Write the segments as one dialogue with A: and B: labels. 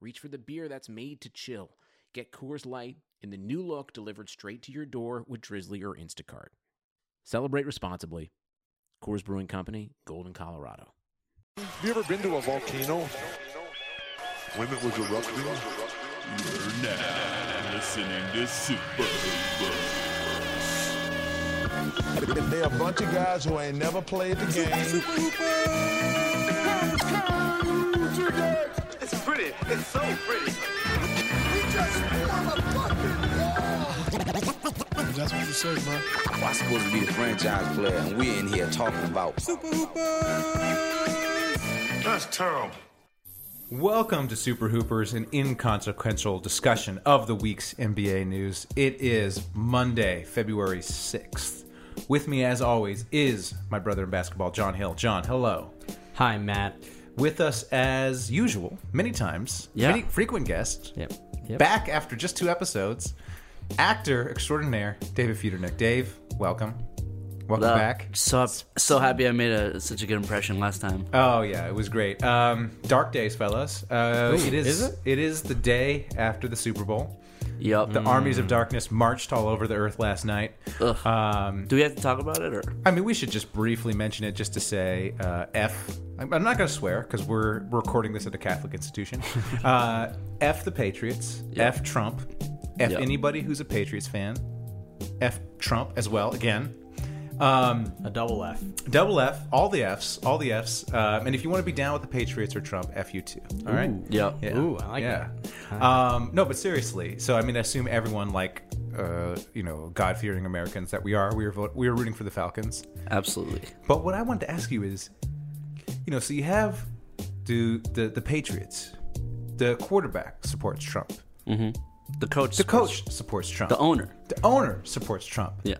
A: reach for the beer that's made to chill. Get Coors Light in the new look delivered straight to your door with Drizzly or Instacart. Celebrate responsibly. Coors Brewing Company, Golden, Colorado.
B: Have you ever been to a volcano?
C: Women was erupting.
D: You're now listening to Super Buzz.
B: They're a bunch of guys who ain't never played the game.
E: It's pretty. It's so pretty.
F: I'm supposed to be the franchise player, and we're in here talking about
C: That's terrible.
G: Welcome to Super Hoopers, an inconsequential discussion of the week's NBA news. It is Monday, February 6th. With me, as always, is my brother in basketball, John Hill. John, hello.
H: Hi, Matt.
G: With us, as usual, many times,
H: Yeah.
G: many frequent guest,
H: Yep. Yep.
G: back after just two episodes, actor extraordinaire, David Feudernick. Dave, welcome. Welcome
I: Uh,
G: back.
I: So so happy I made a, such a good impression last time.
G: Oh yeah, it was great. Um, dark days, fellas. Uh, it is,
H: is it?
G: It is the day after the Super Bowl.
I: Yep.
H: Mm.
G: The armies of darkness marched all over the earth last night.
I: Ugh.
G: Um,
I: Do we have to talk about it or?
G: I mean, we should just briefly mention it just to say uh, F. I'm I'm not going to swear because we're recording this at a Catholic institution. uh, F the Patriots. F Trump. F
I: Yep.
G: anybody who's a Patriots fan. F Trump as well, again. Um,
H: A double F.
G: double F, all the Fs, all the Fs. Um, and if you want to be down with the Patriots or Trump, F you too. All right?
I: Yep.
G: Yeah.
H: Ooh, I like
G: yeah. Um, no, but seriously. So I mean, I assume everyone like uh, you know God fearing Americans that we are, we were vote- we were rooting for the Falcons.
I: Absolutely.
G: But what I wanted to ask you is, you know, so you have do the the Patriots, the quarterback supports Trump,
I: The coach.
G: the coach supports Trump,
I: The owner.
G: the owner supports Trump
I: Yeah.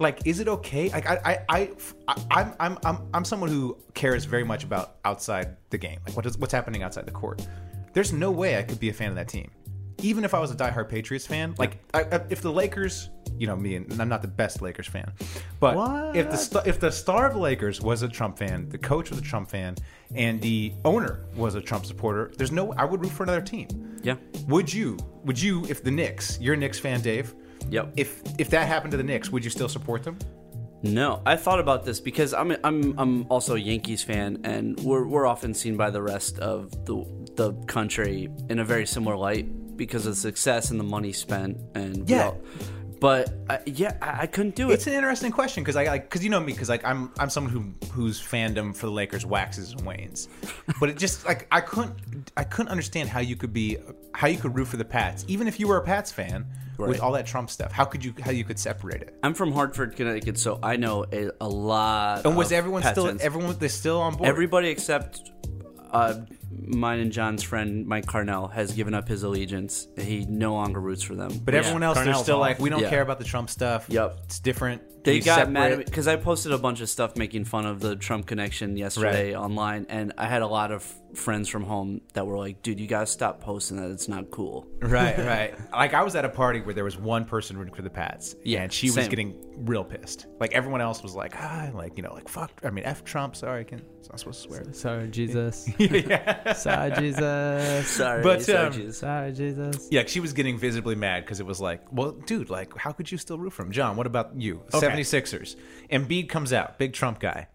G: like is it okay like i i i i'm i'm i'm, I'm someone who cares very much about outside the game like what is, what's happening outside the court there's no way i could be a fan of that team even if i was a diehard patriots fan like I, I, if the lakers you know me and i'm not the best lakers fan but if the sta- if the star of the lakers was a trump fan the coach was a trump fan and the owner was a trump supporter there's no i would root for another team
I: Yeah.
G: would you would you if the knicks you're a knicks fan dave
I: Yep.
G: if if that happened to the Knicks, would you still support them?
I: No, I thought about this because I'm I'm I'm also a Yankees fan, and we're we're often seen by the rest of the the country in a very similar light because of the success and the money spent and we
G: Yeah.
I: all- but I, yeah, I, I couldn't do it.
G: It's an interesting question because I like because you know me because like I'm I'm someone who whose fandom for the Lakers waxes and wanes, but it just like I couldn't I couldn't understand how you could be how you could root for the Pats even if you were a Pats fan with
I: Right.
G: all that Trump stuff. How could you how you could separate it?
I: I'm from Hartford, Connecticut, so I know a, a lot.
G: And was
I: of
G: everyone still
I: Oh, Pats fans.
G: everyone they're still on board?
I: Everybody except uh, mine and John's friend Mike Carnell has given up his allegiance. He no longer roots for them.
G: but everyone else they're still like we don't
I: Yeah.
G: care about the Trump stuff.
I: Yep.
G: it's different.
I: they
G: We
I: got mad at
G: separate-
I: me because I posted a bunch of stuff making fun of the Trump connection yesterday
G: Right.
I: online, and I had a lot of friends from home that were like, "Dude, you gotta stop posting that. It's not cool."
G: Right, right. Like I was at a party where there was one person rooting for the Pats.
I: Yeah,
G: and she was
I: same.
G: getting real pissed. Like everyone else was like, ah, like you know, like fuck. I mean, f Trump. Sorry, I can. It's not supposed to swear.
H: Sorry, Jesus. Sorry, Jesus.
I: Sorry,
G: But,
I: sorry,
G: um,
I: Jesus.
H: Sorry, Jesus.
G: Yeah, she was getting visibly mad because it was like, well, dude, like how could you still root for him? John, what about you? 76ers. Embiid comes out, big Trump guy.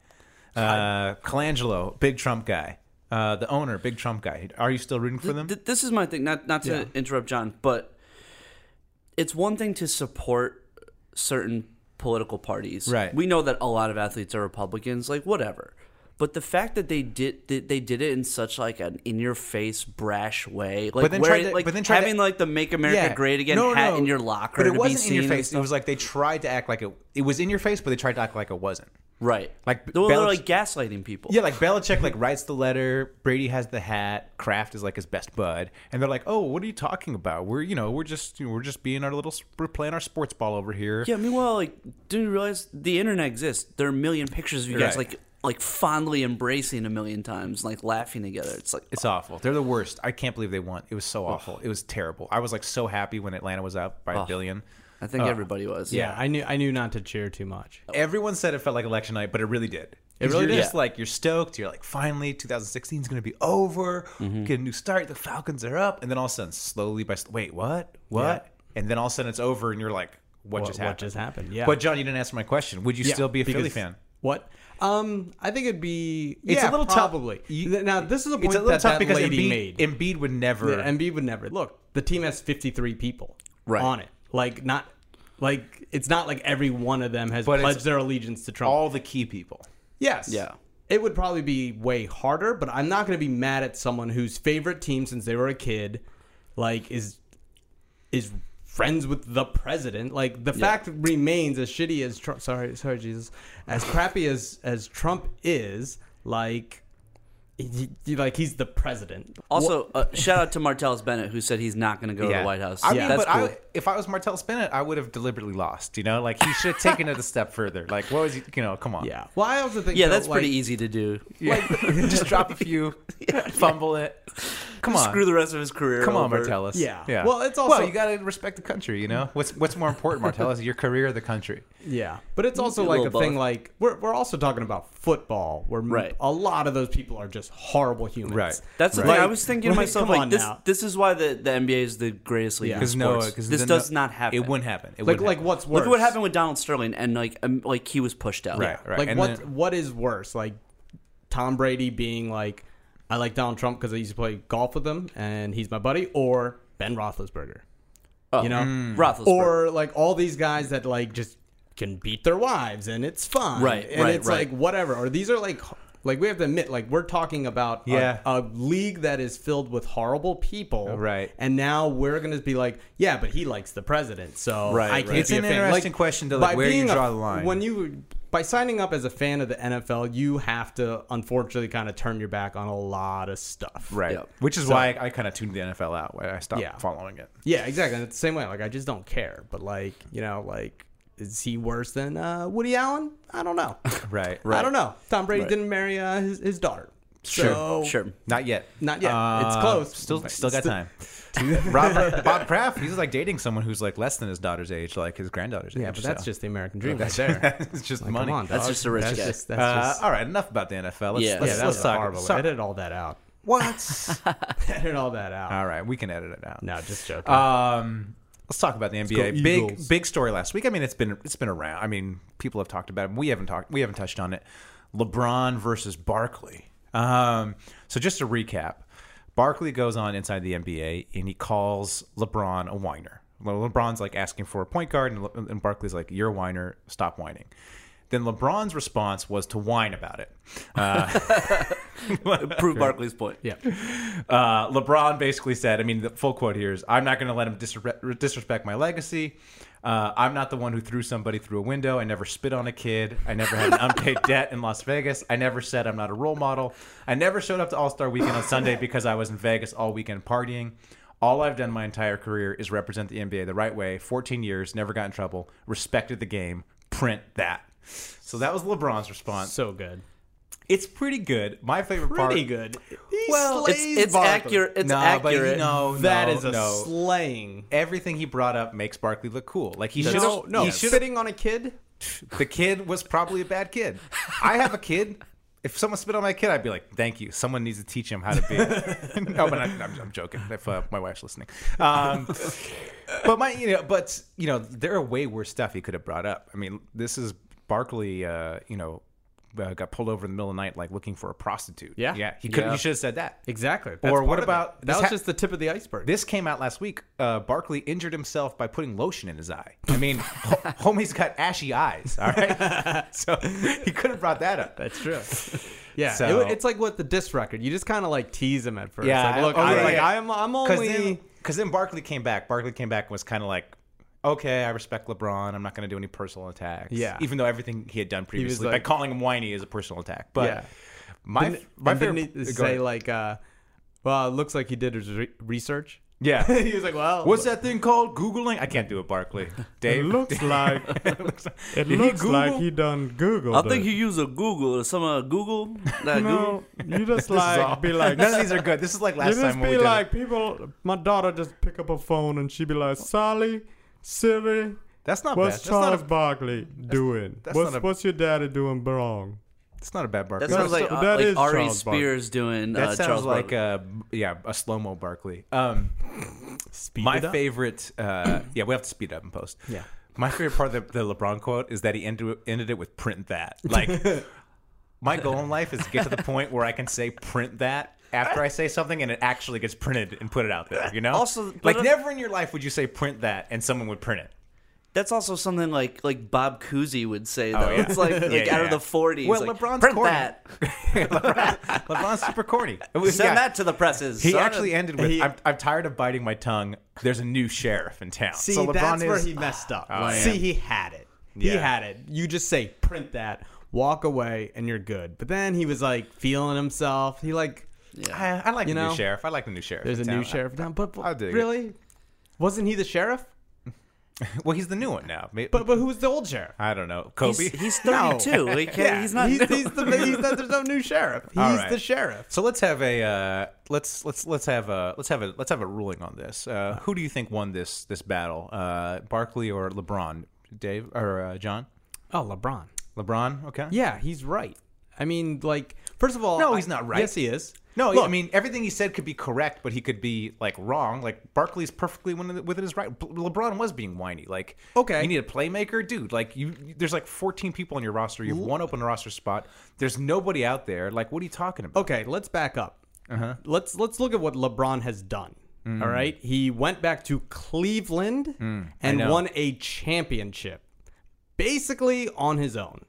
G: Uh, Colangelo, big Trump guy. Uh, the owner, big Trump guy. Are you still rooting for them?
I: Th- this is my thing. Not not to
G: Yeah.
I: interrupt John, but it's one thing to support certain political parties.
G: Right.
I: We know that a lot of athletes are Republicans. Like whatever. But the fact that they did that they did it in such like an in your face brash way, like
G: then
I: wearing-
G: tried to-
I: like
G: but then tried to-
I: having like the "Make America
G: Yeah.
I: Great Again"
G: No,
I: hat
G: no.
I: in your locker.
G: But it
I: to be
G: wasn't in
I: seen
G: your
I: and
G: face. It
I: stuff.
G: was like they tried to act like it. It was in your face, but they tried to act like it wasn't.
I: Right.
G: Like,
I: well, they're
G: Belich-
I: like gaslighting people.
G: Yeah, like Belichick like writes the letter. Brady has the hat. Kraft is like his best bud, and they're like, "Oh, what are you talking about? We're you know we're just you know, we're just being our little we're playing our sports ball over here."
I: Yeah, meanwhile, like, didn't you realize the internet exists? There are a million pictures of you guys,
G: Right.
I: like, like fondly embracing a million times, like laughing together. It's like,
G: It's awful. They're the worst. I can't believe they won. It was so awful. It was terrible. I was like so happy when Atlanta was up by a billion.
I: I think everybody was.
G: Uh, yeah.
H: I knew I knew not to cheer too much.
G: Everyone said it felt like election night, but it really did. It
H: Oh. really
G: you're
H: did.
G: just like you're stoked. You're like, finally, 2016 is going to be over.
H: Mm-hmm.
G: Get a new start. The Falcons are up, and then all of a sudden, slowly by sl- wait, what, what, and then all of a sudden it's over, and you're like, what,
H: What-
G: just
H: what
G: happened?
H: just happened? Yeah.
G: But John, you didn't answer my question. Would you
H: Yeah,
G: still be a Philly
H: because-
G: fan?
H: What? Um, I think it'd be.
G: It's
H: yeah,
G: a little tough.
H: probably.
G: You-
H: Th- now this is a point
G: It's a little
H: that
G: tough
H: that
G: because
H: lady
G: Embiid,
H: made.
G: Embiid would never.
H: The Embiid would never. Look, the team has 53 people
I: Right.
H: on it. Like not like it's not like every one of them has
G: But it's
H: pledged their allegiance to Trump.
G: all the key people.
H: yes.
I: Yeah.
H: It would probably be way harder, but I'm not going to be mad at someone whose favorite team since they were a kid like is is friends with the president. Like the fact remains as shitty as Trump sorry, sorry Jesus, as crappy as as Trump is, like he- he- like he's the president.
I: Also, uh, shout out to Martellus Bennett, who said he's not going to go to the White House.
G: I
I: yeah,
G: mean,
I: that's
G: but
I: cool.
G: I, if I was Martellus Bennett, I would have deliberately lost. You know, like he should have taken it a step further. Like, what was he? You know, come on.
H: Yeah. Well, I also think
I: yeah,
H: though,
I: that's
H: like,
I: pretty easy to do.
G: Like, just drop a few, fumble it. Come on.
I: Screw the rest of his career.
G: Come on,
I: over.
G: Martellus.
H: Yeah.
G: Yeah.
H: Well, it's also-
G: well, Mm. you gotta respect the country. You know, what's what's more important, Martellus? Your career, or the country?
H: Yeah, but it's also
I: a
H: like a
I: little
H: thing
I: both.
H: like we're we're also talking about football, where m-
I: Right.
H: a lot of those people are just horrible humans.
G: Right.
I: That's the
H: Like-
I: thing. I was thinking to
H: like,
I: myself,
H: come
I: like
H: on
I: this.
H: now.
I: This is why the, the NBA is the greatest league.
H: Yeah.
I: in
H: 'Cause
G: no,
I: sports.
G: 'cause
I: this
G: then
I: does
G: the-
I: not happen.
G: It wouldn't happen. It
H: Like
G: wouldn't
H: like
G: happen.
H: what's worse?
I: Look at what happened with Donald Sterling, and like um, like he was pushed out.
G: Right. Right.
H: Like
G: And
H: what
G: then-
H: what is worse? Like Tom Brady being like, I like Donald Trump because I used to play golf with him and he's my buddy, or Ben Roethlisberger,
I: Oh,
H: you know,
I: Roethlisberger.
H: or like all these guys that like just can beat their wives and it's fine,
I: Right,
H: And
I: right,
H: it's
I: right.
H: like whatever. Or these are like. Like we have to admit, like we're talking about a-
G: Yeah.
H: a, league that is filled with horrible people,
G: Right.
H: And now we're gonna be like, yeah, but he likes the president, so
G: Right,
H: I can't.
G: right. It's
H: be
G: an
H: a fan.
G: interesting
H: Like,
G: question to, like,
H: by
G: where you
H: being a-
G: draw the line.
H: When you by signing up as a fan of the NFL, you have to unfortunately kind of turn your back on a lot of stuff.
G: Right.
I: Yep.
G: Which is why I, I kind of tuned the NFL out. Why I stopped
H: Yeah.
G: following it.
H: Yeah, exactly. And it's the same way. Like I just don't care. But like you know, like is he worse than uh, Woody Allen? I don't know.
G: Right.
H: I don't know. Tom Brady didn't marry uh, his, his daughter.
G: Sure,
H: So,
I: sure.
G: Not yet.
H: Not yet.
G: Uh,
H: It's close.
G: Still,
H: Right.
G: still got
H: Still-
G: time. Rob, Bob Kraft, he's like dating someone who's like less than his daughter's age, like his granddaughter's age.
H: Yeah, but that's
G: so.
H: just the American dream right there.
G: it's just
H: Like,
G: money.
H: Come on,
I: That's
H: dog.
I: just a rich
H: that's
I: guy.
H: Just, that's
G: uh,
H: just,
G: all right, enough about the NFL. Let's,
I: Yeah.
G: let's,
H: yeah, that
G: let's
H: was
G: talk.
H: horrible.
G: so-
H: Edit all that out.
G: what?
H: Edit all that out.
G: all right, we can edit it out.
H: no, just joking.
G: Um, let's talk about the NBA.
H: go
G: big
H: Eagles.
G: big story last week. I mean, it's been it's been around. I mean, people have talked about it. We haven't talked. We haven't touched on it. LeBron versus Barkley. Um, so just to recap, Barkley goes on inside the NBA and he calls LeBron a whiner. Le- LeBron's like asking for a point guard, and, Le- and Barkley's like, "You're a whiner. Stop whining." Then LeBron's response was to whine about it.
I: Prove Barkley's point.
H: yeah.
G: Uh, LeBron basically said, I mean, the full quote here is, I'm not going to let him disre- disrespect my legacy. Uh, I'm not the one who threw somebody through a window. I never spit on a kid. I never had an unpaid debt in Las Vegas. I never said I'm not a role model. I never showed up to All Star Weekend on Sunday because I was in Vegas all weekend partying. All I've done my entire career is represent the NBA the right way. 14 years, never got in trouble, respected the game. Print that. So that was LeBron's response.
H: So good.
G: It's pretty good. My favorite part.
H: Pretty good. He
G: Well,
I: It's
H: slays
I: it's
H: Barkley.
I: accurate. It's
G: No, but you
I: accurate.
G: know,
H: That
G: no,
H: is a
G: no.
H: slaying.
G: everything he brought up makes Barkley look cool. Like he should
H: No,
G: have.
H: no,
G: he should
H: spitting on a kid.
G: The kid was probably a bad kid. I have a kid. If someone spit on my kid, I'd be like, "Thank you." Someone needs to teach him how to be. no, but I, I'm, I'm joking. If uh, my wife's listening, um, but my, you know, but you know, there are way worse stuff he could have brought up. I mean, this is Barkley. Uh, you know, uh, got pulled over in the middle of the night, like looking for a prostitute.
H: Yeah.
G: yeah. He could.
I: Yeah.
G: He should have said that.
H: Exactly.
G: That's part of it. This
H: that was
G: ha-
H: just the tip of the iceberg?
G: This came out last week. Uh, Barkley injured himself by putting lotion in his eye. I mean, ho- homie's got ashy eyes. All right, so he could have brought that up.
H: That's true. Yeah,
G: So-
H: it wa- it's like with the disc record. You just kind of like tease him at first.
G: Yeah,
H: like, look,
G: I- oh,
H: I'm
G: yeah,
H: like
G: yeah.
H: I'm I'm
G: Because
H: only
G: then, because then Barkley came back. Barkley came back and was kind of like, okay, I respect LeBron. I'm not going to do any personal attacks.
H: Yeah.
G: Even though everything he had done previously,
H: like-
G: by calling him whiny is a personal attack. But
H: Yeah.
G: my
H: Didn't-
G: my
H: and didn't
G: favorite
H: he
G: go
H: say
G: ahead.
H: like, uh, well, it looks like he did his re- research.
G: yeah.
H: he was like, well,
G: What's that thing called? Googling? I can't do it, Barkley. Dave.
H: looks like-
G: it looks like Did
H: It
G: he
H: looks like
G: Google?
H: he done Google.
I: I think he used a Google or some uh, Google. That
H: No, you just
G: This is all-
H: like be like.
G: none of these are good. This is like
H: You
G: last
H: just
G: time when we
H: be
G: did
H: like
G: it.
H: people. My daughter just pick up a phone and she be like, Sally, Siri,
G: That's not bad.
H: what's
G: That's not,
H: Charles
G: a,
H: Barkley doing?
G: that's
H: what's
G: not a-
H: what's your daddy doing wrong?
G: that's not a bad Barkley.
I: That sounds like, uh,
H: that
I: like
H: is
I: Ari
H: Charles Barkley.
I: Spears doing.
G: That
I: uh,
G: sounds
I: Charles
G: like
I: Barkley.
G: a yeah a slow mo Barkley. Um, my favorite. Uh, yeah, we have to speed it up and post.
H: Yeah.
G: my favorite part of the, the LeBron quote is that he ended ended it with "print that." Like, my goal in life is to get to the point where I can say "print that." After I say something and it actually gets printed and put it out there, you know.
I: Also, but
G: like
I: uh, I-
G: never in your life would you say "print that" and someone would print it.
I: That's also something like like Bob Cousy would say though.
G: Oh, yeah.
I: It's like,
G: Yeah,
I: like
G: yeah,
I: out
G: yeah.
I: of the forties.
G: Well,
I: like,
G: LeBron's
I: print
G: corny.
I: that.
G: LeBron, LeBron's super corny. It was-
I: Send
G: yeah.
I: that to the presses.
G: He
I: son.
G: actually ended with,
H: he-
G: I'm, "I'm tired of biting my tongue." There's a new sheriff in town.
H: See,
G: so LeBron
H: that's
G: is,
H: where he messed up.
G: Oh,
H: See,
G: yeah.
H: he had it. He
G: Yeah.
H: had it. You just say print that, walk away, and you're good. But then he was like feeling himself. He like
G: I, I like
H: You
G: the
H: know?
G: new sheriff. I like the new sheriff.
H: there's a
G: in
H: new
G: town.
H: sheriff down. But, but
G: I'll dig it.
H: really, wasn't he the sheriff?
G: Well, he's the new one now. Maybe,
H: But but who was the old sheriff?
G: I don't know. Kobe.
I: He's, he's thirty-two. He can't, he's not.
H: He's, he's the, he's the, there's no new sheriff. He's
G: All right.
H: the sheriff.
G: so let's have a uh, let's let's let's have a let's have a let's have a ruling on this. Uh, who do you think won this this battle? Uh, Barkley or LeBron? Dave or uh, John?
H: Oh, LeBron.
G: LeBron. Okay.
H: Yeah, he's right. I mean, like, first of all,
G: No,
H: I-
G: he's not right.
H: Yes, he is.
G: No, I mean everything he said could be correct, but he could be like wrong. Like Barkley's perfectly within within his right. Le- LeBron was being whiny. Like,
H: Okay.
G: you need a playmaker, dude. Like you, you- there's like 14 people on your roster. You have one open roster spot. There's nobody out there. Like, what are you talking about?
H: okay, let's back up. Uh-huh. Let's let's look at what LeBron has done.
G: Mm.
H: All right, he went back to Cleveland and
G: know.
H: won a championship, basically on his own.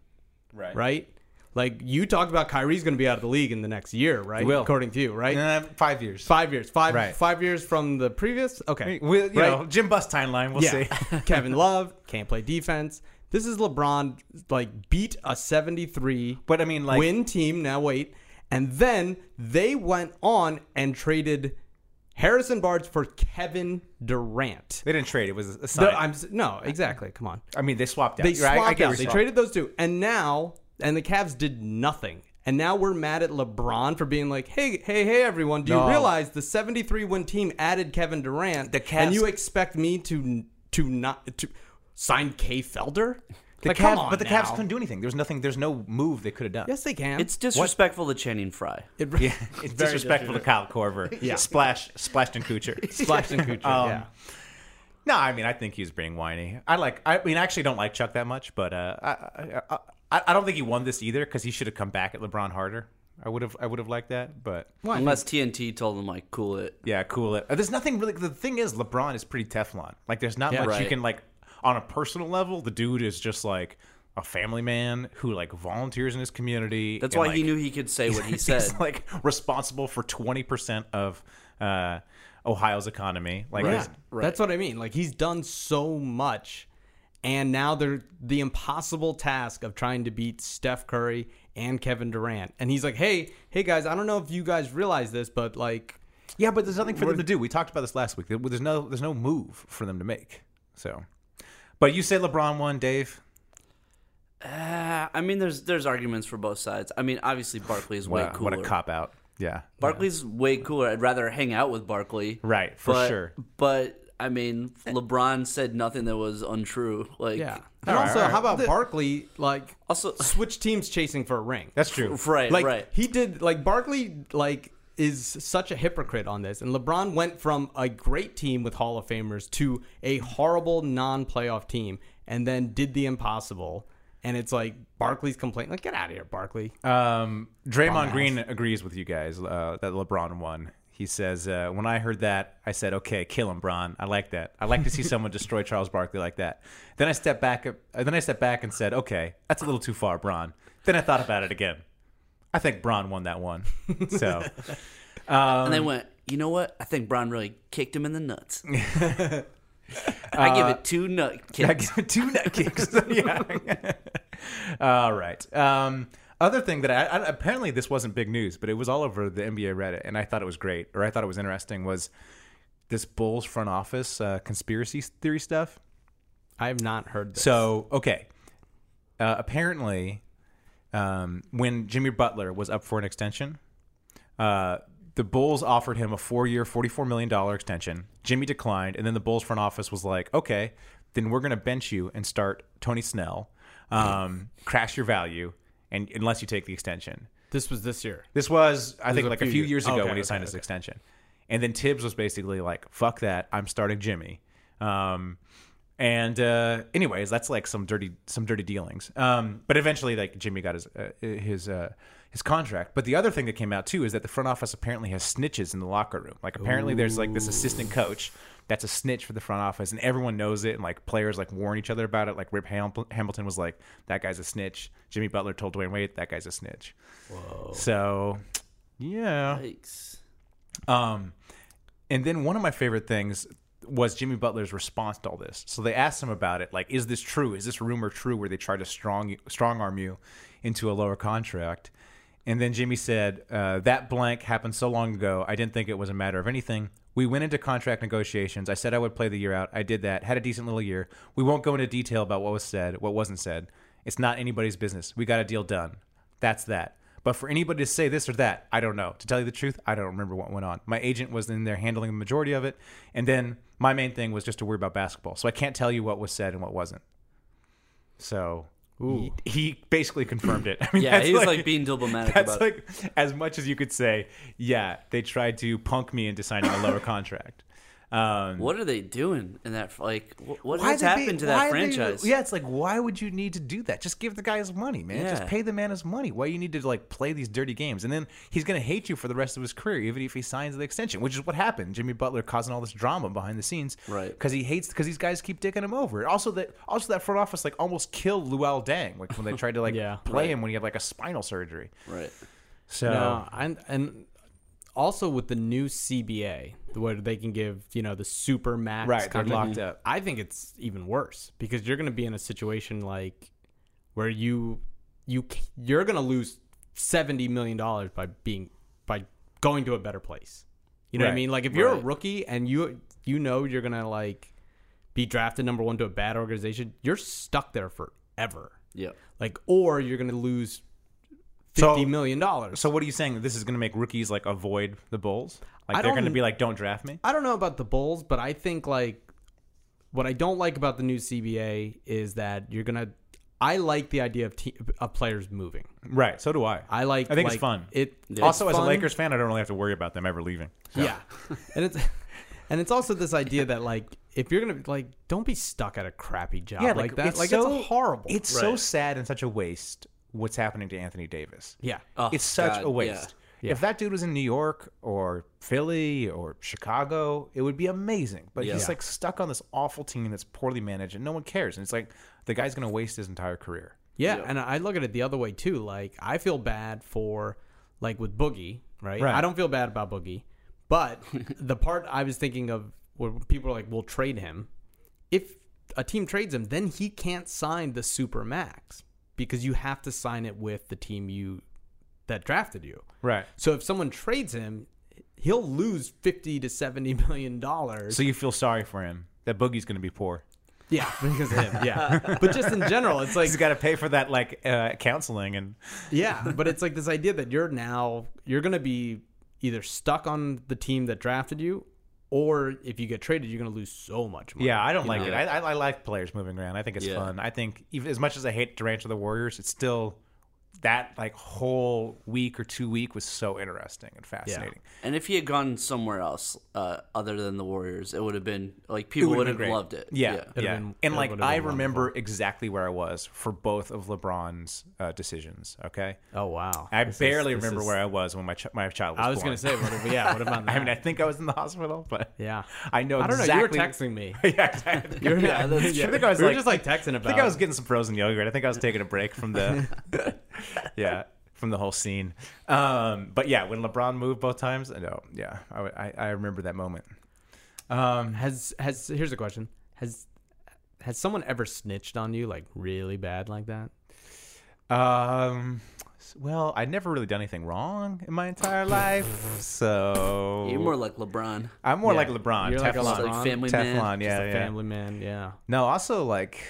H: Right. Right. Like you talked about, Kyrie's going to be out of the league in the next year, right?
G: will.
H: According to you, right?
G: Uh, five years.
H: Five years. Five.
G: Right.
H: Five years from the previous. Okay.
G: We'll, you
H: Right.
G: know, Jim Bus timeline. We'll
H: Yeah.
G: see.
H: Kevin Love can't play defense. This is LeBron like beat a 73
G: But I mean, like,
H: win team. Now wait. And then they went on and traded Harrison Barnes for Kevin Durant.
G: they didn't trade. It was a sign.
H: The- I'm s- no, exactly. Come on.
G: I mean, they swapped out.
H: They
G: You're right. I
H: swapped
G: get
H: out.
G: what
H: They
G: you're saying.
H: traded those two. And now and the Cavs did nothing. And now we're mad at LeBron for being like, "Hey, hey, hey everyone, do you
G: No.
H: realize the 73 win team added Kevin Durant
G: The
H: and
G: Cavs-
H: you expect me to to not to sign K Felder?"
G: The
H: like,
G: Cavs,
H: come on
G: but the
H: now.
G: Cavs couldn't do anything. There's nothing. There's no move they could have done.
H: Yes, they can.
I: It's disrespectful to Channing Fry.
H: it,
G: Yeah, it's disrespectful to Kyle Corver. yeah. Splash, splashed and Kucher.
H: Splash and Kuchar, yeah.
G: No, I mean I think he's being whiny. I like. I mean, I actually don't like Chuck that much, but uh, I, I, I- I, I don't think he won this either because he should have come back at LeBron harder. I would have. I would have liked that, but
I: Unless TNT told him like, cool it.
G: yeah, cool. It. There's nothing really. The thing is, LeBron is pretty Teflon. Like, there's not much you
I: Right.
G: can like on a personal level. The dude is just like a family man who like volunteers in his community.
I: That's
G: and,
I: why
G: like,
I: he knew he could say what he said.
G: He's like responsible for twenty percent of uh, Ohio's economy. Like,
H: Yeah,
G: there's-
H: that's what I mean. Like he's done so much, and now they're the impossible task of trying to beat Steph Curry and Kevin Durant. And he's like, "Hey, hey guys, I don't know if you guys realize this, but like,
G: Yeah, but there's nothing for them to do. We talked about this last week. There- There's no there's no move for them to make. So, but you say LeBron won, Dave.
I: Uh, I mean, there's there's arguments for both sides. I mean, obviously Barkley is way
G: What a,
I: cooler.
G: what a cop out. Yeah.
I: Barkley's way cooler. I'd rather hang out with Barkley.
G: Right, for
I: but-
G: sure.
I: But I mean, LeBron said nothing that was untrue. Like,
H: yeah." And
G: right,
H: also,
G: all right.
H: how about Barkley? Like,
I: Also-
H: switch teams chasing for a ring.
G: That's true.
I: right,
H: like
I: right.
H: he did like Barkley like is such a hypocrite on this and LeBron went from a great team with Hall of Famers to a horrible non-playoff team and then did the impossible and it's like Barkley's complaining like get out of here Barkley Uh,
G: Um, Draymond Green agrees with you guys uh, that LeBron won. He says, uh, when I heard that, I said, okay, kill him, Bron. I like that. I like to see someone destroy Charles Barkley like that. Then I stepped back. uh, then I stepped back and said, okay, that's a little too far, Bron. Then I thought about it again. I think Bron won that one. So. um, Uh,
I: and they went, you know what? I think Bron really kicked him in the nuts. I give it two nut
G: I
I: kicks.
G: give it two nut kicks. yeah. all right. Um, other thing that I, I apparently this wasn't big news, but it was all over the NBA Reddit, and I thought it was great, or I thought it was interesting, was this Bulls front office uh, conspiracy theory stuff.
H: I have not heard this.
G: So okay, uh, apparently, um, when Jimmy Butler was up for an extension, uh, the Bulls offered him a four-year, forty-four million dollar extension. Jimmy declined, and then the Bulls front office was like, "Okay, then we're going to bench you and start Tony Snell, um, crash your value, and unless you take the extension."
H: this was this year.
G: This was, I think,
H: a
G: like a
H: few
G: few years,
H: years-
G: ago
H: okay,
G: when he
H: okay,
G: signed his
H: okay.
G: extension. And then Tibbs was basically like, fuck that. I'm starting Jimmy. Um, and uh, anyways, that's like some dirty, some dirty dealings. Um, but eventually, like Jimmy got his uh, his uh, his contract. But the other thing that came out too is that the front office apparently has snitches in the locker room. Like apparently, there's like this assistant coach that's a snitch for the front office, and everyone knows it. And like players like warn each other about it. Like Rip Ham- Hamilton was like, "That guy's a snitch." Jimmy Butler told Dwayne Wade, "That guy's a snitch." So, yeah.
I: Yikes.
G: Um, and then one of my favorite things was Jimmy Butler's response to all this. So they asked him about it, like, "Is this true? Is this rumor true?" Where they try to strong strong arm you into a lower contract. And then Jimmy said, uh, "That blank happened so long ago. I didn't think it was a matter of anything. We went into contract negotiations. I said I would play the year out. I did that. Had a decent little year. We won't go into detail about what was said, what wasn't said. It's not anybody's business. We got a deal done. That's that. But for anybody to say this or that, I don't know. To tell you the truth, I don't remember what went on. My agent was in there handling the majority of it, and then my main thing was just to worry about basketball. So I can't tell you what was said and what wasn't. So he, he basically confirmed it. I mean,
I: Yeah,
G: that's
I: he was, like, being diplomatic
G: That's
I: about
G: like as much as you could say. Yeah, they tried to punk me into signing a lower contract. Um,
I: What are they doing in that? Like, wh- what
G: why
I: has
G: did they-
I: happened to that
G: why did they-
I: franchise?
G: yeah, it's like why would you need to do that? Just give the guy his money, man. Just
I: Yeah.
G: pay the man his money. Why you need to like play these dirty games? And then he's gonna hate you for the rest of his career, even if he signs the extension, which is what happened. Jimmy Butler causing all this drama behind the scenes,
I: Right.
G: Because he hates because these guys keep dicking him over. Also that also that front office like almost killed Luol Dang like when they tried to like
H: Yeah.
G: play him when he had like a spinal surgery.
I: Right.
G: So
H: No, and and also with the new CBA, the way they can give you know the super max
G: Right, they're
H: contract,
G: locked up.
H: I think it's even worse because you're going to be in a situation like where you you c- you're going to lose seventy million dollars by being by going to a better place. You know what
G: Right,
H: I mean? Like if you're a
I: right.
H: rookie and you you know you're going to like be drafted number one to a bad organization, you're stuck there forever.
I: Yeah.
H: Like or you're going to lose
G: So-
H: fifty million dollars.
G: so what are you saying? That this is gonna make rookies like avoid the Bulls? Like
H: I
G: they're
H: don't-
G: gonna be like, don't draft me.
H: I don't know about the Bulls, but I think like what I don't like about the new CBA is that you're gonna. I like the idea of te- of players moving.
G: Right. So do I.
H: I like.
G: I think
H: like,
G: it's fun.
H: It
G: also,
H: it's
G: as a
H: fun.
G: Lakers fan, I don't really have to worry about them ever leaving.
H: yeah, and it's and it's also this idea that like if you're gonna like don't be stuck at a crappy job like, that like it's horrible.
G: It's so sad and such a waste. What's happening to Anthony Davis?
H: yeah.
G: it's such
I: Oh, God,
G: a
I: yeah.
G: waste. If that dude was in New York or Philly or Chicago, it would be amazing. But he's
I: Yeah.
G: like stuck on this awful team that's poorly managed, and no one cares. And it's like the guy's going to waste his entire career.
H: Yeah, and I look at it the other way too. Like I feel bad for like with Boogie, right?
G: Right.
H: I don't feel bad about Boogie, but the part I was thinking of where people are like, "We'll trade him." If a team trades him, then he can't sign the super max because you have to sign it with the team you that drafted you.
G: Right.
H: So if someone trades him, he'll lose 50 to 70 million dollars.
G: So you feel sorry for him. That boogie's going to be poor.
H: yeah, because of him. Yeah. but just in general, it's like
G: He's got to pay for that like uh, counseling and
H: Yeah, but it's like this idea that you're now you're going to be either stuck on the team that drafted you, or if you get traded, you're going to lose so much money.
G: Yeah, I don't like
I: know?
G: it. I, I, I like players moving around. I think it's
I: Yeah.
G: fun. I think even as much as I hate Durant to the Warriors, it's still that like whole week or two week was so interesting and fascinating.
I: And if he had gone somewhere else uh, other than the Warriors, it would have been like people would
G: been
I: have
G: great.
I: loved it.
G: Yeah, yeah.
H: It'd have been-
G: and
H: it
G: like
H: would've
G: I
H: been
G: remember exactly where I was for both of LeBron's uh, decisions. Okay,
H: Oh wow.
G: I
H: This is-
G: barely
H: this
G: remember
H: is-
G: where I was when my ch- my child was.
H: I was
G: born.
H: going to say, what if, yeah. What about that?
G: I mean, I think I was in the hospital, but
H: yeah.
G: I know.
H: I don't know. You were
G: exactly-
H: texting me.
G: yeah, exactly.
H: You were, yeah,
G: that's true. I think I was
H: we were
G: like-
H: just like texting
G: I
H: about.
G: think I was getting some frozen yogurt. I think I was taking a break from the, yeah, from the whole scene. Um, but yeah, when LeBron moved both times, I know. Yeah, I, I, I remember that moment.
H: has has here's a question. Has has someone ever snitched on you like really bad like that?
G: Um, s- well, I'd never really done anything wrong in my entire life, so
I: You're more like LeBron.
G: I'm more
H: Yeah.
G: like LeBron,
H: You're like a
G: Teflon,
I: Just like family
G: Teflon,
I: man.
G: yeah,
H: Just a
G: yeah.
H: family man, yeah.
G: No, also like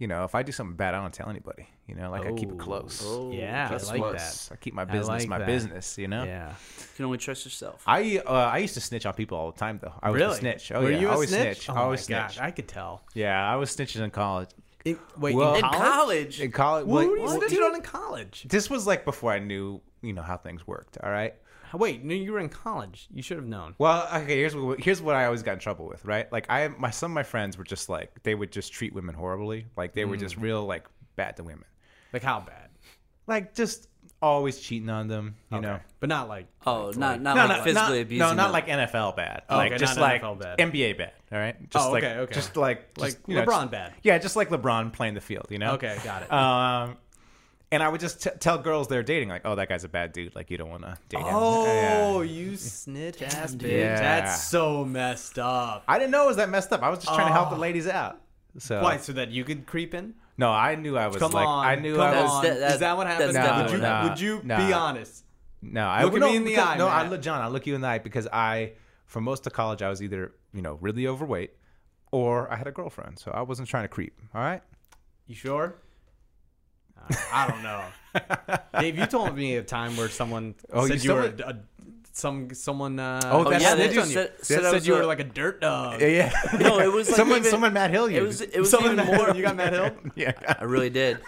G: you know, if I do something bad, I don't tell anybody. You know, like I keep it close.
H: yeah, I
G: That's
H: like
G: close.
H: that.
G: I keep my
H: Oh, I
G: business,
H: like
G: my
H: that.
G: business. You know.
H: Yeah.
I: You can only trust yourself.
G: I uh, I used to snitch on people all the time though. I was
H: really?
G: a snitch. Oh
H: Were
G: yeah,
H: you
G: I
H: a
G: always
H: snitch?
G: snitch.
H: Oh
G: I always
H: my God,
G: snitch.
H: I could tell.
G: Yeah, I was snitching in college.
H: It, wait,
G: Well-
H: in
I: in
H: college?
I: college,
G: In college,
H: What
G: like,
H: were you
G: well,
H: snitching on in college?
G: this was like before I knew you know how things worked. All right.
H: Wait, no, you were in college. You should have known.
G: Well, okay. Here's what here's what I always got in trouble with, right? Like I, my some of my friends were just like they would just treat women horribly. Like they were just
H: Mm.
G: real like bad to women.
H: Like how bad?
G: Like just always cheating on them. You know.
H: But not like
I: oh, not not
G: No,
I: like
G: no,
I: physically
G: not,
I: abusing.
G: no, not
I: them.
G: like NFL bad. like
H: okay,
G: just
H: not
G: like
H: NFL bad.
G: NBA bad. All right. Just
H: Oh,
G: like,
H: okay, okay.
G: Just like
H: Like
G: just, you know,
H: LeBron
G: just-
H: bad.
G: Yeah, just like LeBron playing the field. You know.
H: Okay, got it.
G: Um, and I would just t- tell girls they're dating like, oh, that guy's a bad dude. Like you don't want to date him.
H: Oh,
G: Yeah.
H: you snitch ass bitch.
G: Yeah.
H: That's so messed up.
G: I didn't know it was that messed up. I was just trying to help the
H: Oh.
G: ladies out. So
H: Why? So that you could creep in?
G: no, I knew I was
H: Come
G: like
H: on.
G: I knew
H: come
G: I was
H: on.
I: That's- that-
H: Is that what happened?
I: that's definitely
H: would you,
G: what happened.
H: would you
G: Nah,
H: be
G: nah.
H: honest?
G: No, I
H: Look at
G: no,
H: me in the
G: because-
H: eye,
G: No, I
H: Matt.
G: look, John. I look you in the eye because I, for most of college, I was either you know really overweight, or I had a girlfriend, so I wasn't trying to creep. All right.
H: You sure? I- I don't know. Dave, you told me a time where someone
G: Oh,
H: said
G: you
H: you, were
G: said
H: a, someone. Someone. Uh,
G: Oh, that's
I: yeah,
H: said
I: they
H: you-
I: just said-
H: said,
I: said I was
H: you
I: a-
H: were like a dirt dog.
G: Yeah.
I: No, it was like
G: someone.
I: even-
G: someone Matt Hill. You.
I: It was it was
H: Someone
I: even
H: Matt
I: more.
H: Hill- You got Matt Hill.
G: yeah.
I: I really did.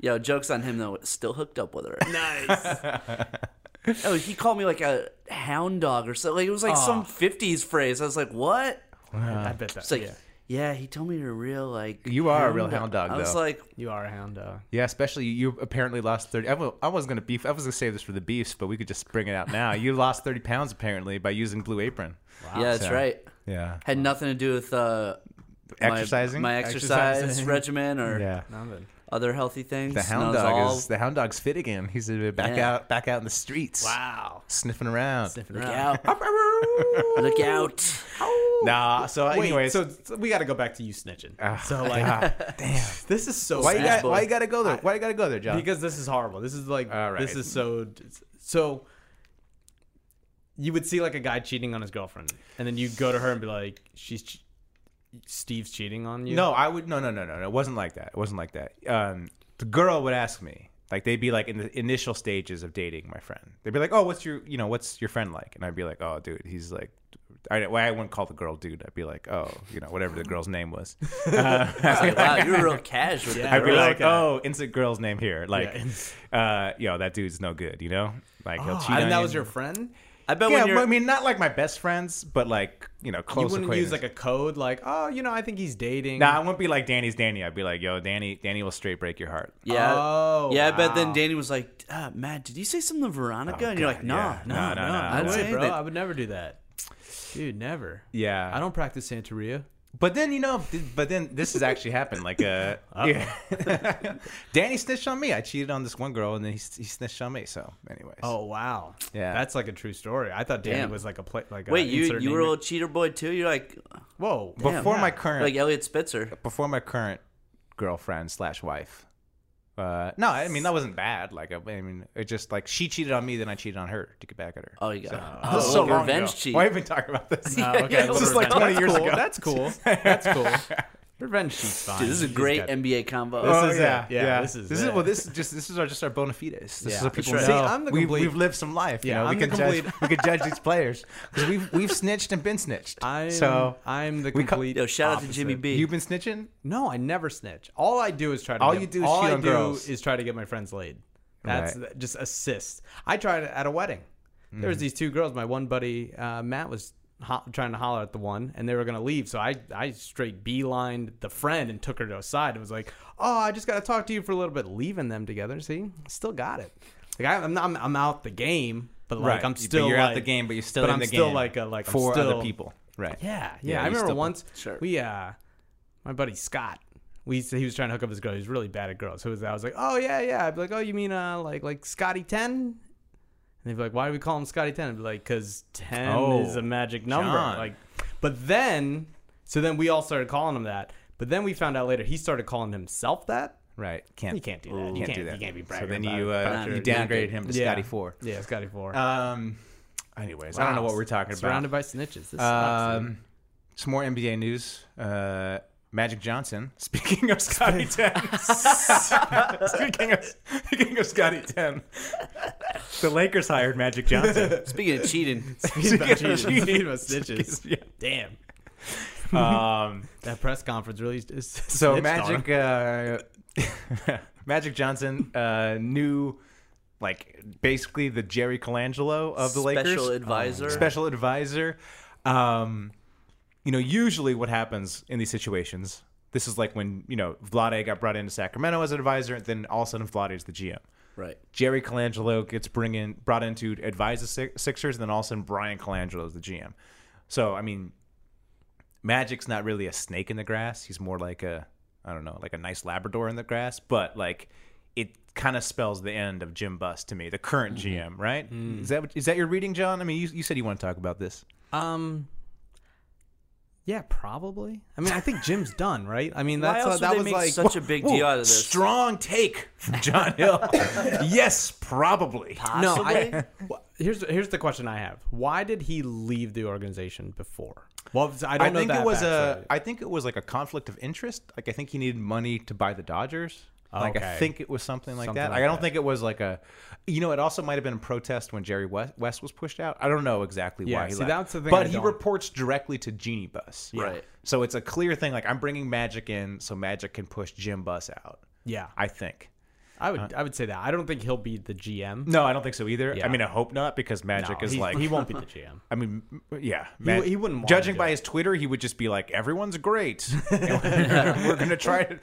I: Yo, jokes on him though. Still hooked up with her.
H: nice.
I: Oh, he called me like a hound dog or something. Like it was like some '50s phrase. I was like, what?
H: I bet that.
I: It's like,
H: yeah.
I: yeah. he told me you're a real like.
G: You are a real hound dog,
I: I was
G: though.
I: like,
H: You are a hound dog.
G: Yeah. Especially you apparently lost thirty. I wa- I was gonna beef. I was gonna save this for the beefs, but we could just bring it out now. You lost thirty pounds apparently by using Blue Apron.
I: yeah, that's
G: So,
I: right.
G: Yeah.
I: Had nothing to do with uh, my-
G: Exercising.
I: my, exercise
H: Exercising.
I: regimen or
G: Yeah.
H: Nothing.
I: other healthy things.
G: The hound
I: And I was
G: dog
I: all,
G: is the hound dog's fit again. He's uh, back
I: Yeah.
G: out, back out in the streets,
H: Wow.
G: sniffing around.
H: Sniffing
I: Look
H: around.
I: out! Look out!
G: Nah. So,
H: Wait,
G: anyways, Ah,
H: so, so we got to go back to you snitching. so like, this is so
G: why you,
H: sad.
G: got, why you gotta go there? Why you gotta go there, John?
H: because this is horrible. This is like
G: All right.
H: this is so so. You would see like a guy cheating on his girlfriend, and then you go to her and be like, "She's che- Steve's cheating on you."
G: no, I would. No, no, no, no, no. It wasn't like that. It wasn't like that. Um, the girl would ask me. Like they'd be like in the initial stages of dating my friend. They'd be like, "Oh, what's your, you know, what's your friend like?" And I'd be like, "Oh, dude, he's like." I, well, I wouldn't call the girl dude. I'd be like, oh, you know, whatever the girl's name was.
I: Like, wow, you're real cash with
H: Yeah,
I: that.
G: I'd be
H: Right.
G: like,
H: Okay.
G: oh, instant girl's name here. Like, uh, yo, that dude's no good, you know? Like, he'll
H: Oh,
G: cheat on
H: and that
G: you.
H: was your friend.
I: I bet
G: Yeah,
I: when you're,
G: but I mean, not like my best friends, but like, you know,
H: You
G: close
H: wouldn't use like
G: acquaintance.
H: a code, like, "Oh, you know, I think he's dating."
G: Nah, I wouldn't be like Danny's Danny. I'd be like, yo, Danny, Danny will straight break your heart.
I: yeah,
H: Oh,
I: yeah. I bet
H: wow.
I: then Danny was like, ah, "Matt, did you say something to Veronica?" and you're
G: Oh, God,
I: like, "No,
G: yeah.
I: no,
G: No,
I: no,
G: no, no,
I: I
H: I
I: would
G: no.
I: say
H: would, bro.
I: that."
H: I would never do that, dude. Never.
G: Yeah.
H: I don't practice Santeria.
G: But then, you know, th- but then this has actually happened. Like, uh,
I: Oh.
G: yeah. Danny snitched on me. I cheated on this one girl, and then he, s- he snitched on me. So, anyways.
H: Oh wow,
G: Yeah.
H: that's like a true story. I thought Danny
I: Damn.
H: was like a play. Like
I: Wait,
H: a
I: you
H: insert
I: you
H: name
I: were a
H: here.
I: little cheater boy too? You're like,
H: whoa.
I: Damn.
G: before my
I: Yeah.
G: current.
I: like Elliot Spitzer.
G: before my current girlfriend slash wife. Uh, no, I mean that wasn't bad. Like I mean, it just like she cheated on me, then I cheated on her to get back at her.
I: Oh, you got
G: This is
I: oh,
G: so long
I: revenge
G: ago.
I: cheat.
G: Why have we talking about this?
H: Oh,
I: Yeah,
H: okay,
I: it
H: this
I: was
H: is
I: like 20
G: years ago.
H: That's cool. That's cool. Revenge cheat's fine.
I: Dude, this is a
H: He's
I: great
H: got-
I: NBA combo.
G: Oh,
H: is
G: yeah,
H: it. Yeah,
G: yeah.
H: this is
G: this is
H: it.
G: well. This is just this is our just our bona fides. This
H: Yeah.
G: is what people
I: That's
G: know.
I: right.
H: See, I'm the
G: we,
H: complete-
G: we've lived some life.
H: Yeah,
G: you know?
H: I'm
G: we
H: the
G: can judge
H: complete-
G: we can judge these players because we've we've snitched and been snitched.
H: I'm,
G: so
H: I'm the
G: we co-
H: complete.
I: Yo, shout out to
H: opposite.
I: Jimmy B.
G: you've been snitching.
H: No, I never snitch. All I do is try to.
G: All
H: get-
G: you do is
H: all
G: cheat
H: I
G: on
H: do
G: girls.
H: is try to get my friends laid. That's
G: Right. Mm.
H: th- just assist. I tried it at a wedding. There was these two girls. My one buddy uh, Matt was ho- trying to holler at the one, and they were gonna leave. So I I straight beelined the friend and took her to a side and was like, "Oh, I just gotta talk to you for a little bit." Leaving them together. See, still got it. Like I, I'm not, I'm, I'm out the game, but like
G: Right.
H: I'm
G: But
H: still
G: you're out
H: like-
G: the game, but you're still
H: but
G: in
H: I'm
G: the
H: still
G: game
H: like a like I'm
G: for
H: still-
G: other people. Right.
H: yeah, yeah. I
G: you
H: remember
G: still-
H: once
I: Sure.
H: we uh my buddy Scott. We used to- he was trying to hook up with this girl. He was really bad at girls. So it was- I was like, oh yeah, yeah. I'd be like, oh, you mean uh like like Scotty Ten? And they'd be like, why do we call him Scotty Ten? I'd be like, cause ten
G: Oh,
H: is a magic number.
G: John.
H: Like, but then So then we all started calling him that. But then we found out later he started calling himself that.
G: Right. Can't
H: You can't do that. You
G: can't,
H: can't-
G: do that.
H: you can't be
G: So
H: bragging
G: then
H: about
G: you
H: it.
G: uh,
H: But
G: you
H: I'm-
G: downgraded him to Scotty Four.
H: Yeah, Scotty Four.
G: Um. Anyways, I don't know what we're talking
H: Surrounded
G: about.
H: by snitches. This sucks. dude.
G: um, some more NBA news. Uh, Magic Johnson. Speaking of Scotty Ten. speaking of speaking of Scotty Ten. The Lakers hired Magic Johnson.
I: Speaking of cheating,
H: Speaking about cheating, speaking about snitches.
G: Yeah.
H: Damn.
G: Um.
H: That press conference really is
G: So Magic uh, Magic Johnson uh, knew like basically the Jerry Colangelo of the Lakers, Um,
I: special advisor.
G: special advisor. Um, you know, usually what happens in these situations, this is like when you know Vlade got brought into Sacramento as an advisor, and then all of a sudden Vlade is the GM.
I: right?
G: Jerry Colangelo gets bring in, brought in to advise the Six- Sixers, and then all of a sudden Brian Colangelo is the GM. So I mean, Magic's not really a snake in the grass. He's more like a I don't know, like a nice Labrador in the grass. But like, it kind of spells the end of Jim Buss to me, the current GM. Right? Is that what- is that your reading, John? I mean, you, you said you want to talk about this.
H: Um. Yeah, probably. I mean, I think Jim's done, right? I mean,
I: Why
H: that's uh,
I: else
H: that
I: would they
H: was
I: make
H: like
I: such a big deal out of this?
G: Strong take from John Hill. yes, probably.
H: no.
I: Possibly?
H: I, wh- here's here's the question I have: Why did he leave the organization before? Well, I don't
G: I
H: know.
G: think
H: that
G: it was
H: backstory.
G: a. I think it was like a conflict of interest. Like I think he needed money to buy the Dodgers. Like I
H: Okay.
G: think it was something like
H: Something
G: that.
H: like
G: I don't
H: that.
G: think it was like a. You know, it also might have been a protest when Jerry West, West was pushed out. I don't know exactly
H: Yeah,
G: why he
H: see,
G: left.
H: that's the thing
G: But
H: I
G: he
H: don't-
G: reports directly to Genie Bus.
I: Right.
G: So it's a clear thing. Like I'm bringing Magic in, so Magic can push Jim Bus out.
H: yeah. I,
G: I uh, think.
H: would I would say that. I don't think he'll be the GM.
G: No, I don't think so either.
H: Yeah.
G: I mean, I hope not because Magic
H: No,
G: is
H: he-
G: like
H: he won't be the GM.
G: I mean, m- yeah,
H: he wouldn't want
G: Judging
H: to.
G: by his Twitter, he would just be like, "Everyone's great. we're gonna try it.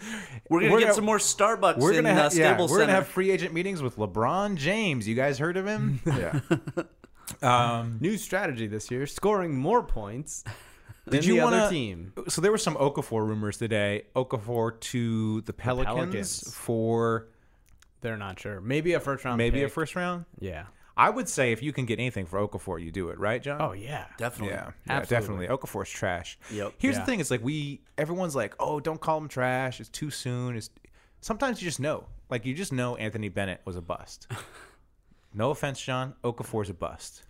I: We're gonna get some more Starbucks
G: We're
I: in
G: gonna
I: uh,
G: have, yeah,
I: Stable
G: we're
I: Center.
G: gonna have free agent meetings with LeBron James. You guys heard of him? Yeah.
H: New strategy this year: scoring more points than
G: you
H: the
G: wanna-
H: other team.
G: So there were some Okafor rumors today. Okafor to the Pelicans,
H: Pelicans.
G: for
H: They're not sure. Maybe a first round.
G: maybe a
H: pick.
G: first round.
H: Yeah.
G: I would say if you can get anything for Okafor, you do it, right, John?
H: Oh yeah.
I: Definitely.
G: Yeah, yeah
H: Absolutely.
G: definitely. Okafor's trash.
I: Yep.
G: Here's
H: Yeah.
G: the thing: it's like we everyone's like, oh, don't call him trash. It's too soon. It's sometimes you just know, like you just know Anthony Bennett was a bust. no offense, John, Okafor's a bust.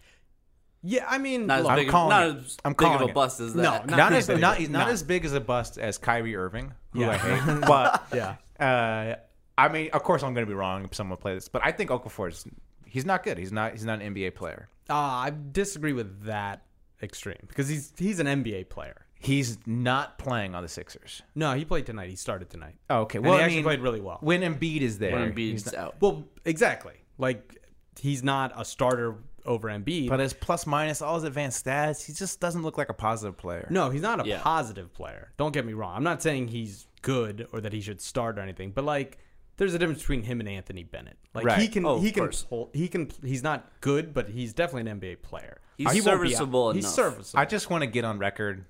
H: Yeah. I mean,
I: Not as
H: look,
I: big,
G: calling
I: not
G: it.
I: as
G: I'm
I: big of
G: calling
I: a
G: it.
I: bust as
H: No,
I: that.
H: not-
G: Not
H: Anthony
G: as
H: Bennett.
G: not, he's not
H: No.
G: as big as a bust as Kyrie Irving, who I
H: Yeah.
G: hate, but
H: yeah.
G: uh, I mean, of course, I'm going to be wrong if someone plays this, but I think Okafor's he's not good. He's not he's not an NBA player.
H: Uh, I disagree with that extreme because he's he's an NBA player.
G: He's not playing on the Sixers.
H: No, he played tonight. He started tonight.
G: Oh, okay.
H: And
G: Well,
H: he
G: I
H: actually
G: mean,
H: played really well.
G: When Embiid is there,
I: When
G: he's
I: Embiid's out.
H: Well, exactly. Like he's not a starter over Embiid.
G: But uh, his plus minus, all his advanced stats, he just doesn't look like a positive player.
H: no, he's not a
I: Yeah.
H: positive player. Don't get me wrong. I'm not saying he's good or that he should start or anything. But like, there's a difference between him and Anthony Bennett. Like he
G: Right.
H: can
I: Oh,
H: he
I: of
H: can
I: course.
H: hold, he can he's not good, but he's definitely an NBA player.
I: He's
H: He won't be out.
I: serviceable
H: He's
I: enough.
H: serviceable.
G: I just want to get on record,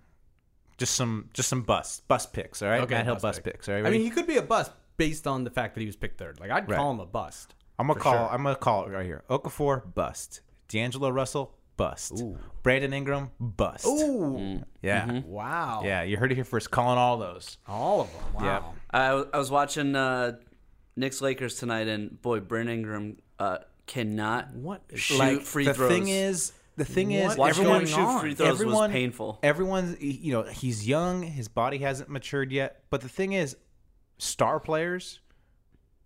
G: just some just some bust bust picks. All right, Matt Hill bust
H: pick.
G: picks. All right,
H: I mean,
G: ready?
H: he could be a bust based on the fact that he was picked third. Like I'd call him a bust.
G: I'm gonna call. I'm gonna call it right here. Okafor bust. D'Angelo Russell bust. Brandon Ingram bust.
H: Ooh,
G: Yeah,
H: wow.
G: yeah. You heard it here first. Calling all those.
H: All of them. Wow.
G: Yeah.
I: I, I was watching uh, Knicks Lakers tonight, and boy, Brent Ingram uh, cannot
H: What-
I: shoot
G: like
I: free
G: the
I: throws.
G: thing is the thing is
I: Watching
G: everyone
I: him shoot free throws was
G: everyone,
I: painful.
G: everyone you know he's young his body hasn't matured yet but the thing is star players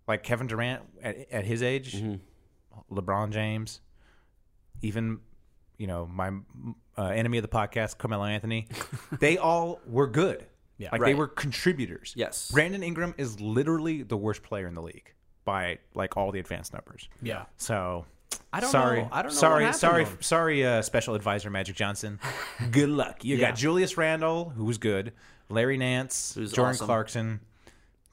G: like kevin durant at, at his age
I: Mm-hmm.
G: lebron james even you know my uh, enemy of the podcast carmelo anthony they all were good yeah, like they
I: Right.
G: were contributors
I: Yes.
G: brandon ingram is literally the worst player in the league by like all the advanced numbers
H: Yeah.
G: so
H: I don't
G: sorry.
H: know. I don't know.
G: Sorry,
H: what happened
G: sorry,
H: to him.
G: sorry. Uh, special advisor Magic Johnson. good luck. You
H: Yeah.
G: got Julius Randle, who was good. Larry Nance,
I: Who's
G: Jordan
I: awesome.
G: Clarkson.